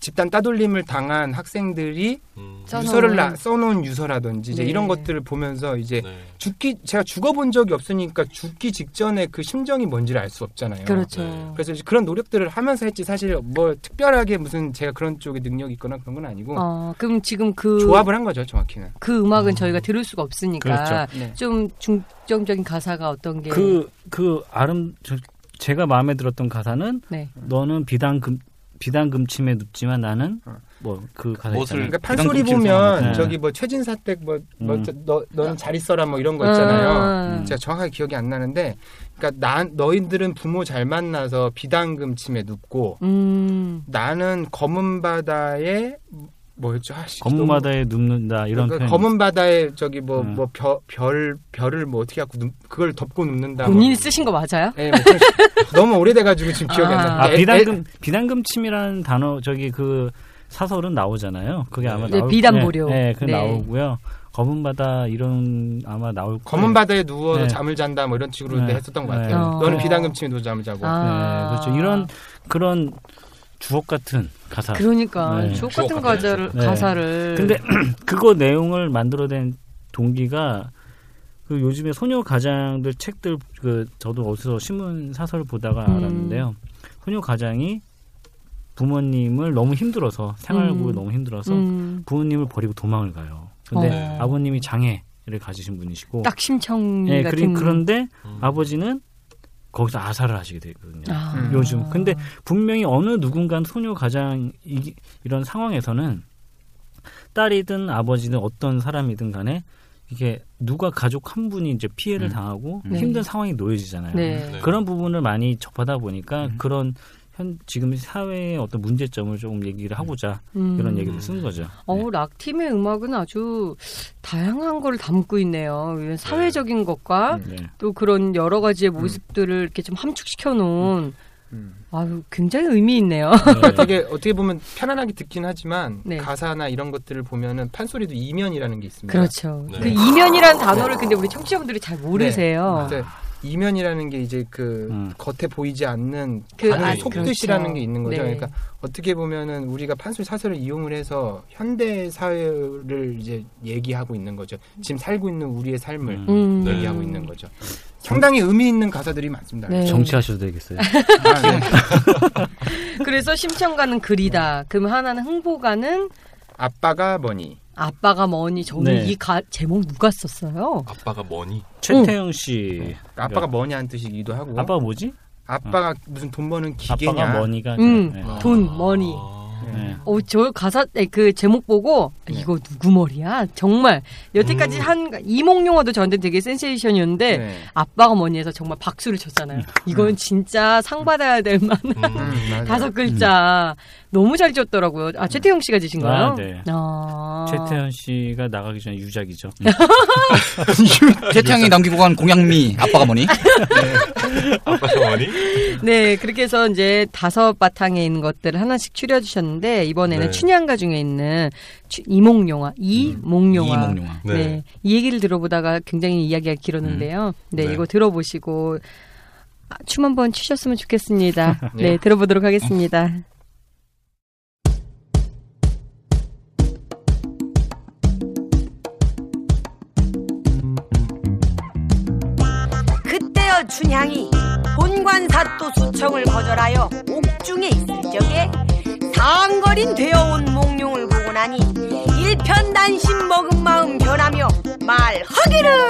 집단 따돌림을 당한 학생들이
음.
저- 써놓은.
유서를 나- 써놓은 유서라든지 이제
네.
이런 것들을 보면서 이제
네.
죽기 제가 죽어본 적이 없으니까 죽기 직전에 그 심정이 뭔지를 알 수 없잖아요.
그렇죠.
네.
래서 그런 노력들을 하면서 했지 사실 뭐 특별하게 무슨 제가 그런 쪽에 능력이 있거나 그런 건 아니고
어 그럼 지금 그
조합을 한 거죠 정확히는.
그 음악은 저희가 들을 수가 없으니까
그렇죠.
네.
좀 중점적인 가사가 어떤 게
그, 그 아름, 저, 제가 마음에 들었던 가사는
네.
너는 비단금, 비단금침에 눕지만 나는
어.
뭐 그 가사
멋을-
있잖아요.
그러니까 판소리
이런
보면
네.
저기 뭐 최진사댁 뭐, 뭐
음.
저- 너, 너는 잘 있어라 뭐 이런 거 있잖아요.
있잖아요.
제가 정확하게 기억이 안 나는데, 그러니까 나 너희들은 부모 잘 만나서 비단금침에 눕고
음.
나는 검은 바다에 뭐였죠? 아, 씨, 너무-
검은바다에 눕는다 이런
그러니까
표현.
검은 바다에 저기 뭐
음.
뭐 별 별을 뭐 어떻게 갖고 눕- 그걸 덮고 눕는다. 뭐.
본인이 쓰신 거 맞아요?
예, 뭐 그런 식. 너무 오래돼가지고 지금 기억이 안 나.
아 비단금 비단금침이라는 단어 저기 그 사설은 나오잖아요. 그게 아마
네,
나올-
비단보료.
네, 네, 그게
네.
나오고요. 검은바다 이런 아마 나올
검은 바다에 누워서
네.
잠을 잔다 뭐 이런 식으로
네.
했었던 것
네.
같아요.
어.
너는 비단금침에 누워 잠을 자고.
아.
네, 그렇죠. 이런 그런 주옥 같은 가사.
그러니까
네.
주옥
주옥 같은
같은 가사를
네.
가사를
근데
음.
그거 내용을 만들어낸 동기가 그 요즘에 소녀 가장들 책들 그 저도 어디서 신문 사설 보다가
음.
알았는데요. 소녀 가장이 부모님을 너무 힘들어서
음.
생활고에 너무 힘들어서
음.
부모님을 버리고 도망을 가요. 근데
어.
아버님이 장애를 가지신
뭐.
분이시고
딱 심청
예, 그리-
같은
그런데
음.
아버지는 거기서 아사를 하시게 되거든요.
아.
음.
요즘. 근데 분명히 어느 누군가 소녀 가장 이, 이런 상황에서는 딸이든 아버지든 어떤 사람이든 간에 이게 누가 가족 한 분이 이제 피해를
음.
당하고
네.
힘든 상황이 놓여지잖아요.
네.
네.
그런 부분을 많이 접하다 보니까
음.
그런 현 지금 사회의 어떤 문제점을 조금 얘기를 하고자
음.
이런 네. 얘기를 쓴 거죠.
어, 락팀의 음악은 아주 다양한 걸 담고 있네요. 이런 사회적인 것과
음.
네. 네.
또 그런 여러 가지의 모습들을 이렇게 좀 함축시켜 놓은
음.
아유, 굉장히 의미 있네요.
그러니까 되게 어떻게 보면 편안하게 듣긴 하지만
네.
가사나 이런 것들을 보면은 판소리도 이면이라는 게 있습니다.
그렇죠.
네.
그 이면이라는 단어를 근데 우리 청취자분들이 잘 모르세요.
근데 그러니까 이면이라는 게 이제 그
음.
겉에 보이지 않는
그
다른
아,
속뜻이라는
그렇죠.
게 있는 거죠.
네.
그러니까 어떻게 보면은 우리가 판소리 사설을 이용을 해서 현대 사회를 이제 얘기하고 있는 거죠. 지금 살고 있는 우리의 삶을
음.
음.
네.
얘기하고 있는 거죠. 상당히 의미 있는 가사들이 많습니다. 그렇죠?
네.
정치하셔도 되겠어요.
음.
아, 네.
그래서 심청가는 글이다. 그럼 하나는 흥보가는
아빠가 뭐니?
아빠가 뭐니 저는
네.
이 가, 제목 누가 썼어요?
아빠가 뭐니
최태영 씨
네. 그
네.
그러니까 아빠가 뭐냐는 뜻이기도 하고
아빠가 뭐지?
아빠, 가 무슨 돈 버는 기계냐?
아빠가 머니가
음.
네.
돈, 머니.
아.
네.
네.
어, 저 가사 에, 그 제목 보고 이거 누구 머리야? 정말 여태까지 한 이몽룡어도 저한테 되게 센세이션이었는데
네.
아빠가 뭐니 해서 정말 박수를 쳤잖아요. 이건 진짜 상 받아야 될 만.
음.
음, 맞아요.
다섯 글자 너무 잘 지었더라고요. 아 최태용 씨가 지신 거예요?
아, 네.
아.
최태현 씨가 나가기 전에 유작이죠.
음.
네.
태양이 남기고 간 공양미 아빠가 뭐니?
아빠가 뭐니
네, 그렇게 해서 이제 다섯 바탕에 있는 것들을 하나씩 추려 했었는데 이번에는
네.
춘향가 중에 있는 추- 이몽룡화 이몽룡화
이몽룡아.
네.
네.
이 얘기를 들어보다가 굉장히 이야기가 길었는데요. 네,
네.
이거 들어보시고 아, 춤 한번 추셨으면 좋겠습니다.
네.
네, 들어보도록 하겠습니다.
그때여 춘향이 본관사또 수청을 거절하여 옥중에 있을 적에 사항거린 되어온 몽룡을 보고 나니 일편단심 먹은 마음 변하며 말하기를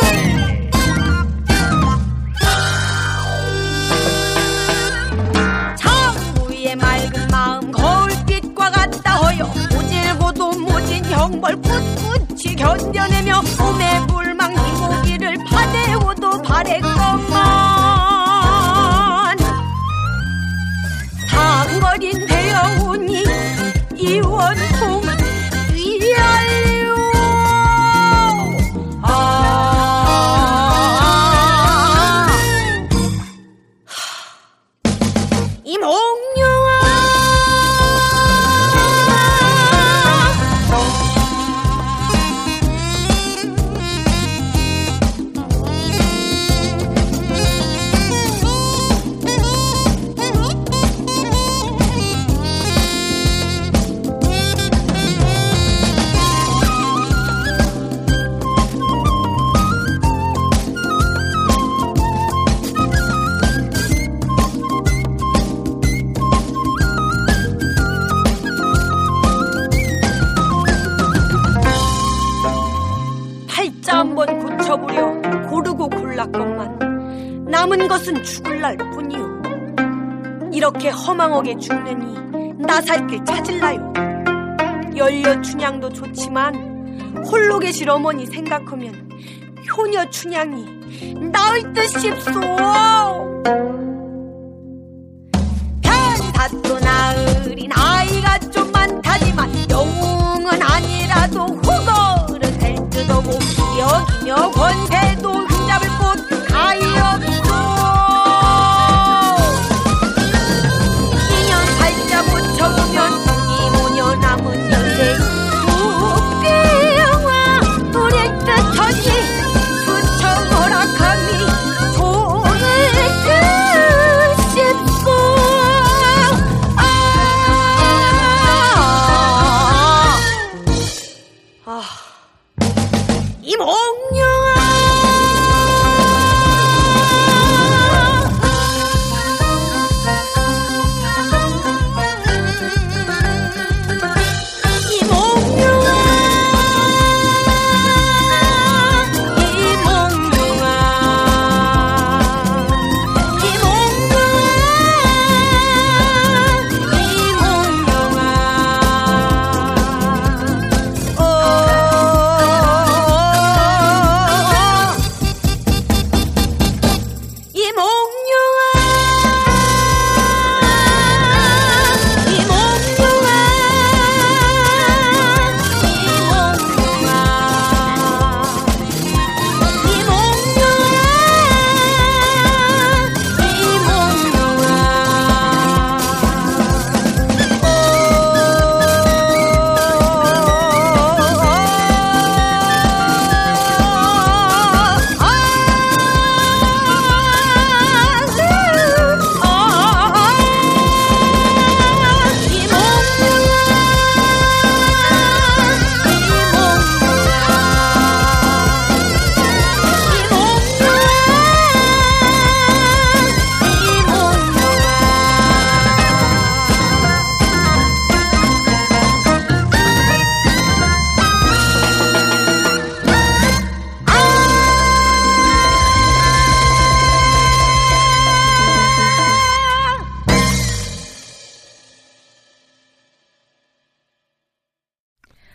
장부의 맑은 마음 거울빛과 같다 허여 모질고도 모진 형벌 꿋꿋이 견뎌내며 몸에 불망 이모기를 파대고도 바랬건만 상거린 대여운이 이원봉 위하여 아 이몽룡아 팔자 한번 고쳐보려 고르고 골랐건만 남은 것은 죽을 날 뿐이요 이렇게 허망하게 죽느니 나살길 찾을라요 열려 춘향도 좋지만 홀로 계실 어머니 생각하면 효녀 춘향이 나을 듯 싶소 변사도 나으리 나이가 좀 많다지만 영웅은 아니라도 후거는 될 듯하고 여기며 권세도 흠잡을 곳 가히 없소 인연 팔자 붙여보면 이모녀 남은 연세 두께와 불의 뜻하니 부처 허락하니 손을 드십소 아, 아, 이몽룡아 이몽룡아 이몽룡아 이몽룡아 이몽룡아 어 이몽룡아 이몽룡아 이몽룡아 이몽룡아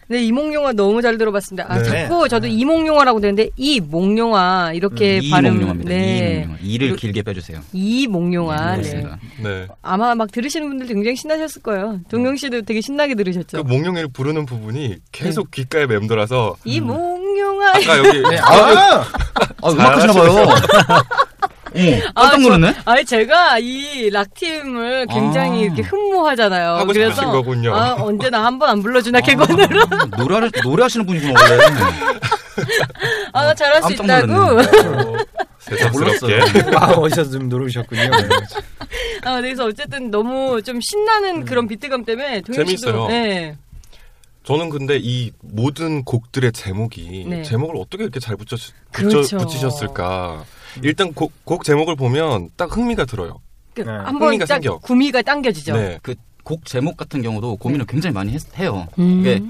네, 이몽룡화 너무 잘 들어봤습니다. 아,
네.
자꾸 저도 이몽룡화라고 되는데 이몽룡화 이렇게 예, 발음
이몽룡아입니다.
네.
이몽룡아. 이를 길게 빼주세요.
이몽룡화.
네,
네.
그렇습니다.
네.
아마 막 들으시는 분들 굉장히 신나셨을 거예요. 동경 씨도 되게 신나게
그
들으셨죠.
몽룡이를 부르는 부분이 계속 귓가에 맴돌아서
음.
이몽룡화.
아까 여기
아, 아, 음악 하시나 봐요. 깜짝 놀랐네.
아, 저, 아니 제가 이 락팀을 굉장히
아.
이렇게 흠모하잖아요.
하고
그래서
싶으신 거군요.
아, 언제나 한 번 안 불러주나 개건으로.
노래를 노래하시는 분이구나 원래.
아, 나 잘할 수
깜짝
있다고.
놀랐네.
새삼스럽게.
몰랐어요.
아, 어, 어디서 좀 노르셨군요.
네.
아, 그래서 어쨌든 너무 좀
음.
신나는 그런 비트감 때문에 동현 씨도
재밌어요.
네.
저는 근데 이 모든 곡들의 제목이
네.
제목을 어떻게 이렇게 잘 붙여, 붙여
그렇죠.
붙이셨을까? 일단 곡, 곡 제목을 보면 딱 흥미가 들어요.
그
네.
한번
흥미가
딱
생겨.
구미가 당겨지죠.
그 곡 제목 같은 경우도 고민을 굉장히 많이 했- 해요.
음.
이게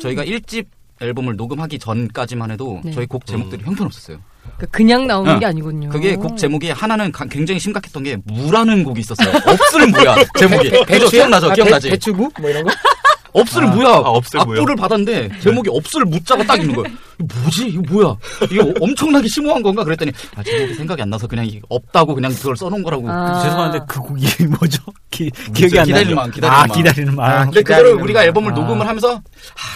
저희가 1집 앨범을 녹음하기 전까지만 해도
네.
저희 곡
음.
제목들이 형편없었어요.
그, 냥 나오는
어.
게 아니군요.
그게 곡 제목이 하나는 가- 굉장히 심각했던 게 무라는 곡이 있었어요. 없을 무야 제목이.
배-
그거
배추?
기억나죠?
아,
기억나지?
배, 추무뭐 이런 거?
없을
아,
무야.
아, 없을 무야.
악보를 받았는데 제목이 없을 무자가 딱 있는 거예요. 이거 뭐지? 이거 뭐야? 이거 어- 엄청나게 심오한 건가? 그랬더니 아, 제목이 생각이 안 나서 그냥 이게 없다고 그냥 그걸 써놓은 거라고.
아.
죄송한데 그 곡이 뭐죠? 기, 기억이 안 나요.
기다리는 마음, 기다리는
아,
마음.
기다리는 마음.
아, 근데 그거를
기다리는
우리가
마음.
앨범을
아.
녹음을 하면서 아,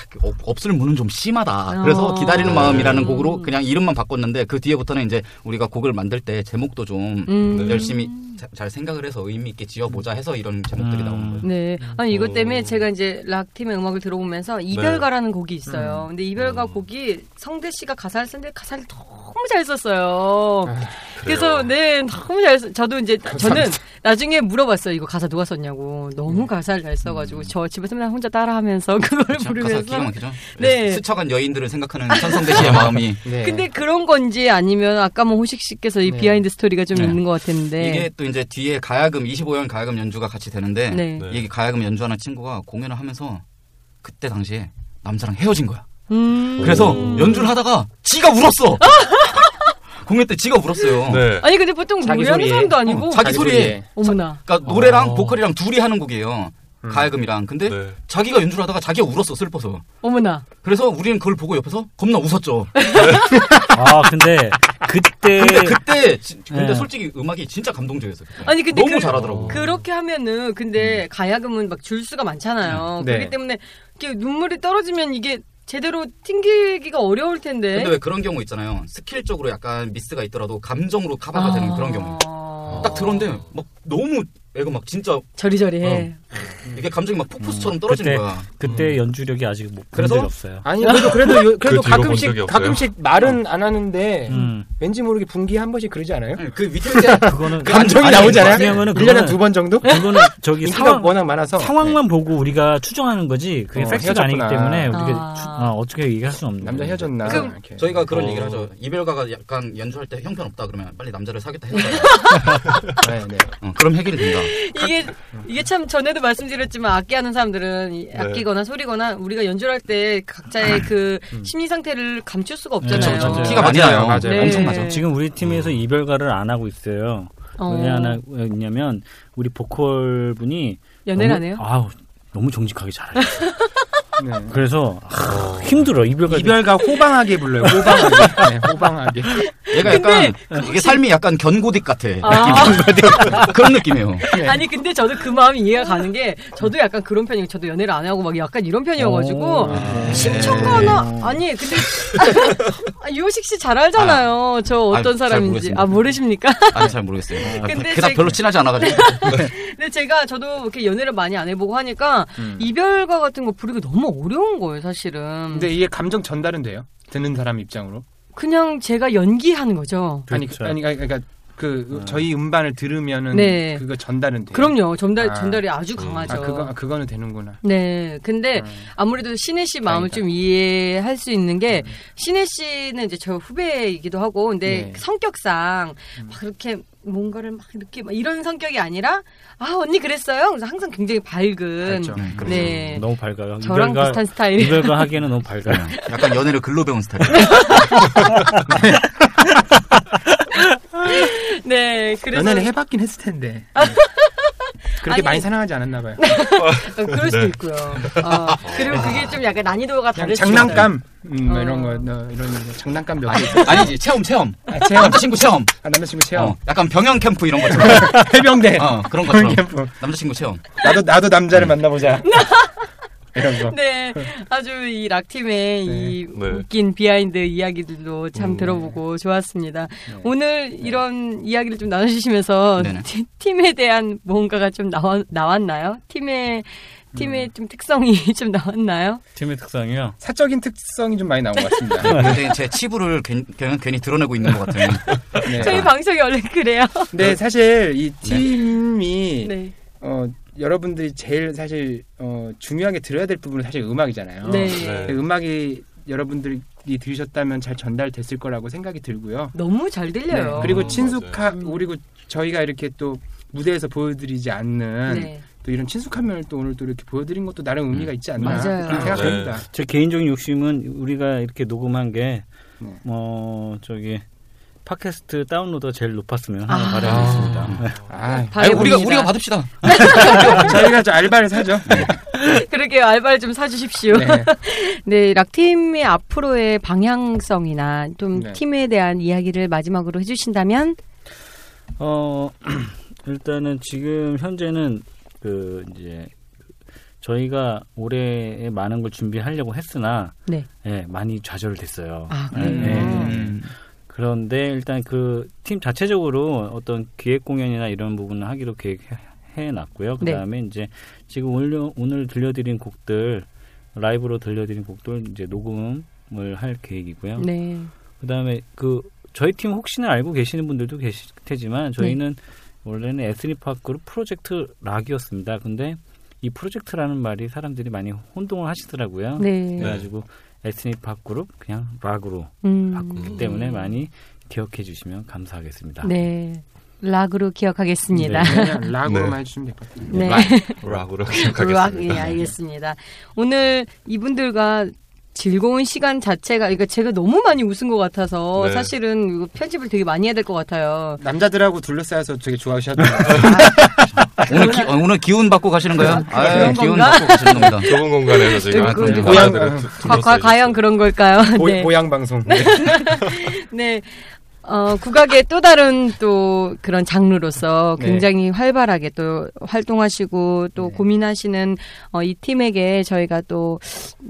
그 없- 없을 무는 좀
아.
심하다. 그래서 기다리는 마음이라는 곡으로 그냥 이름만 바꿨는데 그 뒤에부터는 이제 우리가 곡을 만들 때 제목도 좀
음. 네.
열심히 자- 잘 생각을 해서 의미 있게 지어보자 해서 이런 제목들이
음.
나오는 거예요.
네. 아니, 이것 때문에
어.
제가 이제 락팀의 음악을 들어보면서 이별가라는
네.
곡이
음.
있어요. 근데 이별가 곡이 성대 씨가 가사를 썼는데 가사를 너무 잘 썼어요.
아,
그래서, 네, 너무 잘 썼, 저도 이제,
그
저는 나중에 물어봤어요. 이거 가사 누가 썼냐고.
음.
너무 가사를 잘 써가지고, 저 집에서 맨날 혼자 따라하면서 그걸
그렇죠? 가사
부르면서.
기가 막히죠?
네.
스쳐간 여인들을 생각하는 천성대 씨의 마음이
네.
근데 그런 건지 아니면 아까 뭐 호식 씨께서 이
네.
비하인드 스토리가 좀
네.
있는 것 같은데.
이게 또 이제 뒤에 가야금 25년 가야금 연주가 같이 되는데
네.
이게 가야금 연주하는 친구가 공연을 하면서 그때 당시에 남자랑 헤어진 거야.
음.
그래서 연주를 하다가 지가 울었어. 공연 때 지가 울었어요.
네.
네.
아니 근데 보통
자기
노래하는
소리에.
사람도 아니고
어, 자기 자기 소리에. 소리에.
어머나
그러니까 노래랑
아.
보컬이랑 둘이 하는 곡이에요.
음.
가야금이랑.
네.
근데
네.
네.
자기가 연주를 하다가 자기가 울었어 슬퍼서.
어머나
그래서 우리는 그걸 보고 옆에서 겁나 웃었죠.
네. 아, 근데 그때
근데 그때 지- 근데
네.
솔직히 음악이 진짜 감동적이었어요. 그때.
아니 근데
너무
그-
잘하더라고. 음.
그렇게 하면은 근데 가야금은 막 줄 수가 많잖아요
네.
그렇기 때문에 이렇게 눈물이 떨어지면 이게 제대로 튕기기가 어려울 텐데
근데 왜 그런 경우 있잖아요. 스킬적으로 약간 미스가 있더라도 감정으로
아.
카바가 되는 그런 경우. 딱 들었는데 막 너무 애가 막 진짜
저리저리해.
어. 이게 감정이 막 폭포수처럼 떨어지는
그때
거야.
그때 연주력이 아직 못 본
그래서?
적이 없어요.
아니 그래도 그래도 요- 그래도
그 뒤로 본 적이
가끔씩
없어요.
가끔씩 말은 안 하는데
음.
왠지 모르게 분기 한 번씩 그러지 않아요?
그 밑에
그거는
감정이
아니,
나오지 않아요?
왜냐면은
음. 1년에
그거는-
두 번 정도?
그거는 저기
인기가
상황
워낙 많아서
상황만 보고 우리가 추정하는 거지 그게
어,
팩트가 아니기
헤어졌구나.
때문에 우리가
아.
추- 어, 어떻게 얘기할 수는 없는
네. 남자 헤어졌나?
그럼
이렇게.
저희가 그런
어.
얘기를 하죠. 이별가가 약간 연주할 때 형편없다 그러면 빨리 남자를 사겠다 해서
네,
어, 그럼 해결이 된다.
이게
음.
이게 참 전에도 말씀드렸지만 악기하는 사람들은
네.
이 악기거나 소리거나 우리가 연주할 때
음.
각자의 그 심리 상태를 감출 수가
네,
없잖아요.
네, 맞아요.
티가 많이
맞아요,
나요.
맞아요.
네. 엄청 나죠.
지금 우리 팀에서 이별가를 안 하고 있어요.
어.
왜 안 하고 있냐면 우리 보컬 분이
연애를
너무-
안 해요?
아우 너무 정직하게 잘해요.
네.
그래서 아, 힘들어 이별가 이별가
호방하게 불러요. 호방하게. 네, 호방하게.
얘가
근데 그
약간 이게 삶이 약간 견고딕 같아.
아.
느낌이. 그런 느낌이에요. 예.
아니 근데 저도 그 마음이 이해가 가는 게 저도 약간 그런 편이고 저도 연애를 안 하고 막 약간 이런 편이어가지고
예.
심청가나 아니 근데 아, 유호식 씨 잘 알잖아요 저 어떤
아, 잘
사람인지
모르겠습니다.
아 모르십니까?
아니 잘 모르겠어요. 아,
근데
그닥
저기-
별로 친하지 않아가지고.
근데 제가 저도 이렇게 연애를 많이 안 해보고 하니까
음.
이별가 같은 거 부르기 너무 어려운 거예요 사실은
근데 이게 감정 전달은 돼요. 듣는 사람 입장으로.
그냥 제가 연기하는 거죠
아니 그- 아니 아니, 그러니까 그 저희 음반을 들으면은
네.
그거 전달은 돼요.
그럼요 전달,
아.
전달이 아주
음.
강하죠
아, 그거 아, 그거는 되는구나. 어.
네, 근데 아무래도 신혜 씨 마음을 좀 이해할 수 있는 게
음.
신혜 씨는 이제 저 후배이기도 하고, 근데
네.
성격상
음.
막 그렇게 뭔가를 막 이렇게 막 이런 성격이 아니라 아 언니 그랬어요. 그래서 항상 굉장히 밝은.
그렇죠. 음,
네.
너무 밝아요.
저랑 비슷한 네. 스타일.
이별가 하기에는 너무 밝아요.
약간 연애를 글로 배운 스타일.
네, 그래서
연애를 해봤긴 했을 텐데. 네. 그렇게
아니,
많이 사랑하지 않았나 봐요.
어, 그럴 수도
네.
있고요. 어, 그리고 그게 좀 약간 난이도가
그냥
다를 수
장난감 음,
어.
뭐 이런 거 어, 이런 거, 장난감 몇 개.
아니, 아니지 체험 체험.
아, 체험.
남자친구 체험.
아, 남자친구 체험.
어, 약간 병영 캠프 이런 것처럼.
해병대.
어, 그런 것처럼.
병영 캠프.
남자친구 체험.
나도 나도 남자를 만나보자. 음. 이런 거.
네, 아주 이 락팀의 이
네. 음.
웃긴 비하인드 이야기들도 참 들어보고 좋았습니다.
네.
오늘 이런 이야기를 좀 나눠주시면서 팀- 팀에 대한 뭔가가 좀 나와, 나왔나요? 팀의 팀의
음.
좀 특성이 좀 나왔나요?
팀의 특성이요?
사적인 특성이 좀 많이 나온 것 같습니다.
근데 제 치부를 괜, 그냥 괜히 드러내고 있는 것 같아요.
네. 아,
저희 방송이 원래 그래요.
근데 사실 이
네.
팀이
네.
어, 여러분들이 제일 사실 어, 중요하게 들어야 될 부분은 사실 음악이잖아요.
네.
네.
근데 음악이 여러분들이 들으셨다면 잘 전달됐을 거라고 생각이 들고요.
너무 잘 들려요.
네, 그리고
음,
친숙한 그리고 저희가 이렇게 또 무대에서 보여드리지 않는
네.
또 이런 친숙한 면을 또 오늘 또 이렇게 보여드린 것도 나름 의미가 있지 않나
맞아요.
그렇게 생각합니다.
제 개인적인 욕심은 우리가 이렇게 녹음한 게,
네.
뭐, 저기, 팟캐스트 다운로드가 제일 높았으면
아.
하는 바람이 있습니다. 네.
아,
바라봅니다. 우리가- 우리가
받읍시다.
저희가 저 알바를 사죠.
그러게 요 알바를 좀 사주십시오.
음. 네.
네. 락팀의 앞으로의 방향성이나 좀
네.
팀에 대한 이야기를 마지막으로 해주신다면
어, 일단은 지금 현재는 그 이제 저희가 올해에 많은 걸 준비하려고 했으나
네.
예, 많이 좌절됐어요.
아,
네. 음.
예,
그래요?
예. 그런데 일단 그 팀 자체적으로 어떤 기획 공연이나 이런 부분을 하기로 계획해 놨고요.
네.
그다음에 이제 지금 오늘 오늘 들려드린 곡들 라이브로 들려드린 곡들 이제 녹음을 할 계획이고요.
네.
그다음에 그 저희 팀 혹시나 알고 계시는 분들도 계실 테지만 저희는 원래는 에스니 파크로 프로젝트 락이었습니다. 근데 이 프로젝트라는 말이 사람들이 많이 혼동을 하시더라고요.
네.
그래가지고 에스니 파크로 그냥 락으로
음.
바꿨기 때문에 많이 기억해 주시면 감사하겠습니다.
네 락으로 기억하겠습니다.
네.
락으로만
네.
해주시면 될 것 같아요.
네.
락으로
락, 예,
기억하겠습니다. 네.
알겠습니다. 오늘 이분들과 즐거운 시간 자체가, 그러니까 제가 너무 많이 웃은 것 같아서
네.
사실은 이거 편집을 되게 많이 해야 될 것 같아요.
남자들하고 둘러싸여서 되게 좋아하셨던
오늘, 기, 어, 오늘 기운 받고 가시는 거예요? 아,
그런
기운
건가?
받고 가시는 겁니다.
좁은 공간에서 지금
그-
그-
고양-
남자들을 두-
네, 과, 과, 과연 그런 걸까요?
보,
네.
보양 방송.
네. 어, 국악의 또 다른 또 그런 장르로서
네.
굉장히 활발하게 또 활동하시고 또 고민하시는 어, 이 팀에게 저희가 또,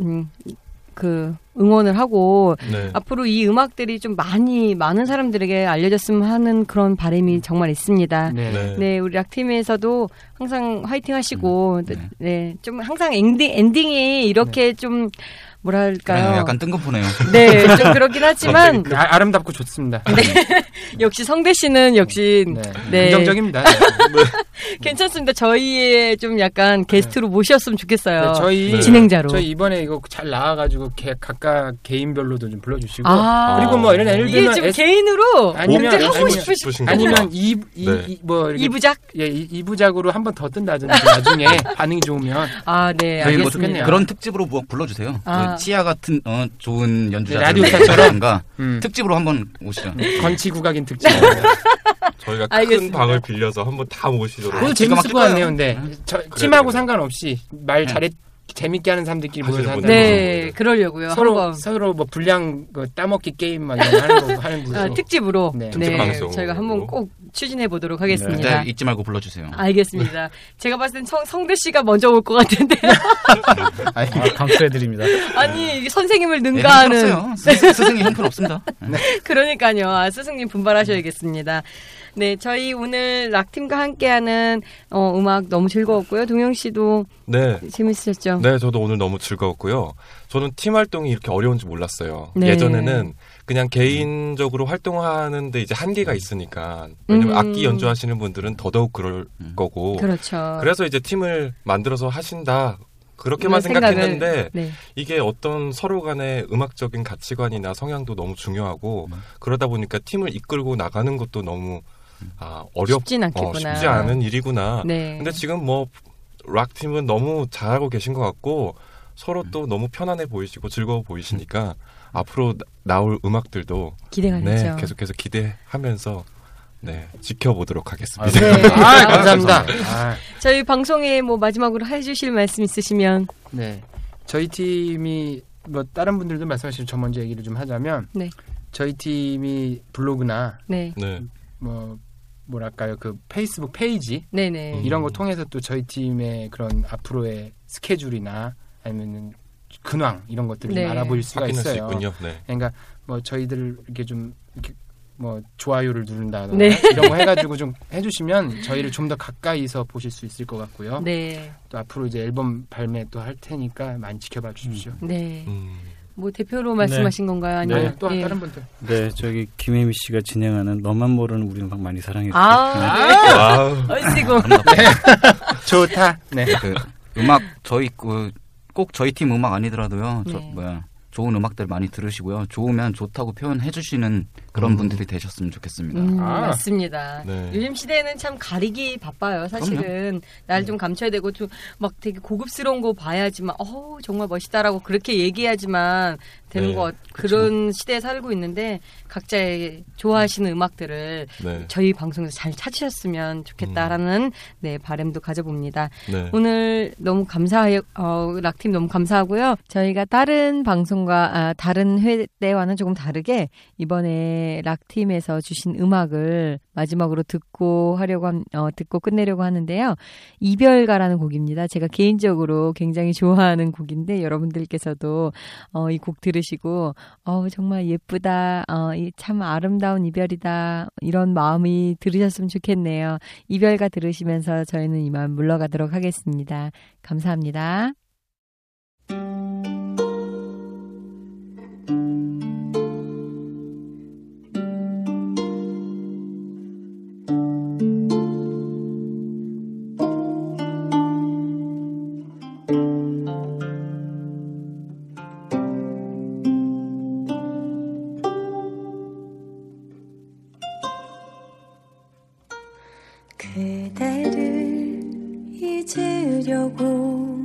음, 그 응원을 하고
네.
앞으로 이 음악들이 좀 많이 많은 사람들에게 알려졌으면 하는 그런 바람이 정말 있습니다.
네.
네, 우리 락팀에서도 항상 화이팅 하시고 네. 좀 항상 엔딩 엔딩이 이렇게 좀 뭐랄까요?
그래요, 약간 뜬금포네요.
네, 좀 그렇긴 하지만
갑자기 아, 아름답고 좋습니다.
역시 성대 씨는 역시
네.
네.
긍정적입니다.
괜찮습니다. 저희의 좀 약간 게스트로 모셨으면 좋겠어요.
네, 저희
진행자로.
저희 이번에 이거 잘 나와가지고 개, 각각 개인별로도 좀 불러주시고
아.
그리고 뭐 이런 예를
이게
들면
지금
에스-
개인으로
아니면
갑자기 하고
아니면-
싶으신
아니면
거구나.
이
그러니까 네.
이뭐
이부작?
예, 이, 이부작으로 한 번 더 뜬다든지 나중에 반응이 좋으면
아, 네,
저희 뭐
알겠습니다.
그런 특집으로 뭐 불러주세요.
아.
그 치아 같은 어, 좋은
네,
연주자들
라디오사처럼. 음.
특집으로 한번 오시죠.
네,
건치 국악인 특집.
저희가 큰
알겠습니다. 아,
방을 빌려서 한번 다 모시도록.
오늘 재밌을 것 같네요. 근데 저, 팀하고 상관없이 말
네.
잘해 재밌게 하는 사람들끼리 모여서
하시는
한다.
네, 그러려고요.
서로
한번. 아,
서로 뭐 분량 그 따먹기 게임 막 이런 거 하는 거 하는 거.
아, 특집으로
네.
네,
특집 방송으로.
저희가 한번 꼭 추진해 보도록
그때
하겠습니다.
네,
아,
잊지 말고 불러주세요.
알겠습니다. 제가 봤을 땐 성, 성대 씨가 먼저 올 것 같은데
네.
아, 강추해드립니다.
아니 이게 선생님을
네,
능가하는
형편없어요. 스- 스승이 형편없습니다.
그러니까요. 아, 스승님 분발하셔야겠습니다. 네, 저희 오늘 락팀과 함께하는 어, 음악 너무 즐거웠고요. 동영 씨도
네.
재밌으셨죠?
네, 저도 오늘 너무 즐거웠고요. 저는 팀 활동이 이렇게 어려운지 몰랐어요.
네.
예전에는 그냥 개인적으로 활동하는데 이제 한계가 있으니까 왜냐면
음.
악기 연주하시는 분들은 더더욱 그럴 거고
그렇죠.
네. 그래서 이제 팀을 만들어서 하신다
그런
그렇게만
생각을,
생각했는데
네.
이게 어떤 서로 간의 음악적인 가치관이나 성향도 너무 중요하고 그러다 보니까 팀을 이끌고 나가는 것도 너무 아, 어렵
쉽진 않겠구나.
어, 쉽지 않은 일이구나.
네.
근데 지금 뭐 락 팀은 너무 잘하고 계신 것 같고 서로
음.
또 너무 편안해 보이시고 즐거워 보이시니까 앞으로 나- 나올 음악들도
기대가 되죠.
네, 계속해서 기대하면서 네, 지켜보도록 하겠습니다.
네.
음. 아, 감사합니다. 아.
저희 방송에 뭐 마지막으로 해주실 말씀 있으시면
네. 저희 팀이 뭐 다른 분들도 말씀하시면 저 먼저 얘기를 좀 하자면
네.
저희 팀이 블로그나
네,
네.
뭐 뭐랄까요 그 페이스북 페이지
음.
네, 네.
이런 거 통해서 또 저희 팀의 그런 앞으로의 스케줄이나 아니면은 근황 이런 것들을
네.
좀 알아볼 수가
확인할 수
있어요.
있군요. 네.
그러니까 뭐 저희들 이렇게 좀 이렇게 뭐 좋아요를 누른다거나
네.
이런 거 해가지고 좀 해주시면 저희를 좀 더 가까이서 보실 수 있을 것 같고요.
네.
또 앞으로 이제 앨범 발매 또 할 테니까 많이 지켜봐 주십시오.
네.
음.
뭐 대표로 말씀하신
네.
건가요? 아니면
네. 또
예.
다른 분들.
네, 저기 김혜미 씨가 진행하는 너만 모르는 우리 음악 많이 사랑해
음.
주세요.
아, 네. 얼씨구.
좋다. 네.
그 음악 저희 그, 꼭 저희 팀 음악 아니더라도요. 저
네.
뭐야 좋은 음악들 많이 들으시고요. 좋으면 좋다고 표현해 주시는 그런
음.
분들이 되셨으면 좋겠습니다.
음,
아.
맞습니다.
네,
요즘 시대에는 참 가리기 바빠요. 사실은 날 좀 감춰야 되고 좀 막 되게 고급스러운 거 봐야지만 어 정말 멋있다라고 그렇게 얘기하지만 되는
네,
것 그런 시대에 살고 있는데 각자의 좋아하시는 음악들을
네.
저희 방송에서 잘 찾으셨으면 좋겠다라는 네 바람도 가져봅니다.
네.
오늘 너무 감사해요. 어, 락팀 너무 감사하고요. 저희가 다른 방송과 아, 다른 회 때와는 조금 다르게 이번에 락팀에서 주신 음악을 마지막으로 듣고 하려고 함- 어, 듣고 끝내려고 하는데요. 이별가라는 곡입니다. 제가 개인적으로 굉장히 좋아하는 곡인데 여러분들께서도 어, 이 곡 들으시고 어, 정말 예쁘다. 어, 이참 아름다운 이별이다. 이런 마음이 들으셨으면 좋겠네요. 이별가 들으시면서 저희는 이만 물러가도록 하겠습니다. 감사합니다.
그대를 잊으려고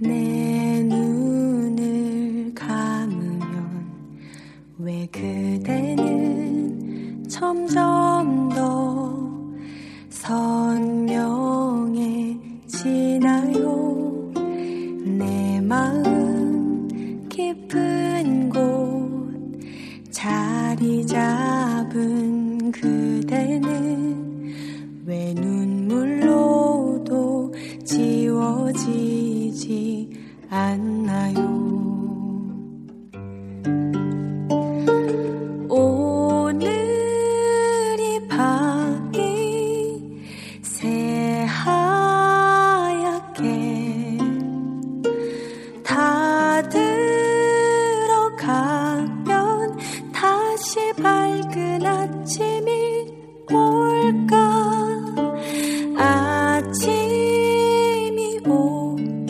내 눈을 감으면 왜 그대는 점점 더 선명해지나요 내 마음 깊은 곳 자리 잡은 그대는 왜 눈물로도 지워지지 않나요? 오늘이 밤이 새하얗게 다 들어가면 다시 밝은 아침이 올까 아침이 오면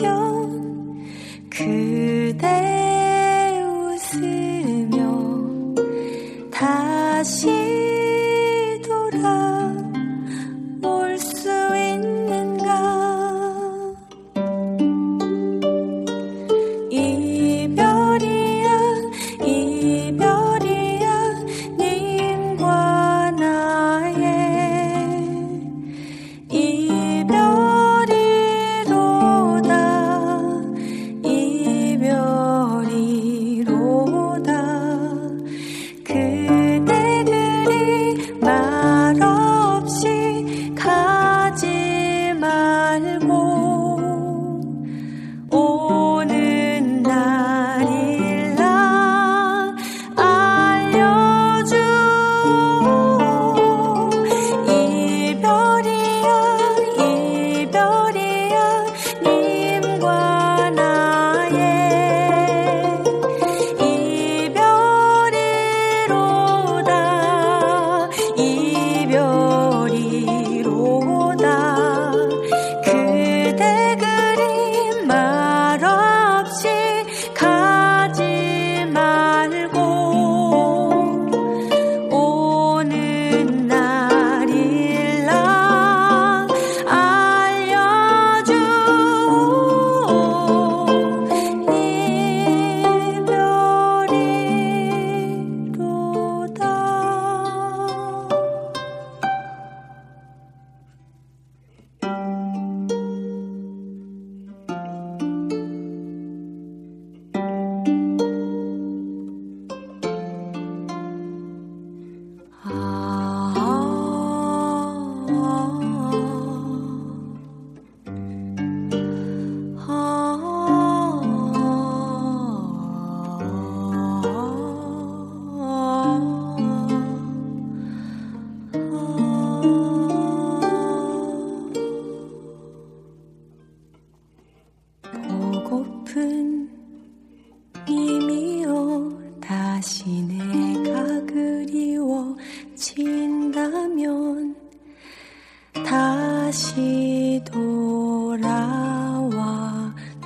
다시 돌아와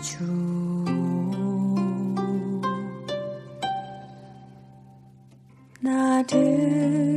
주 나를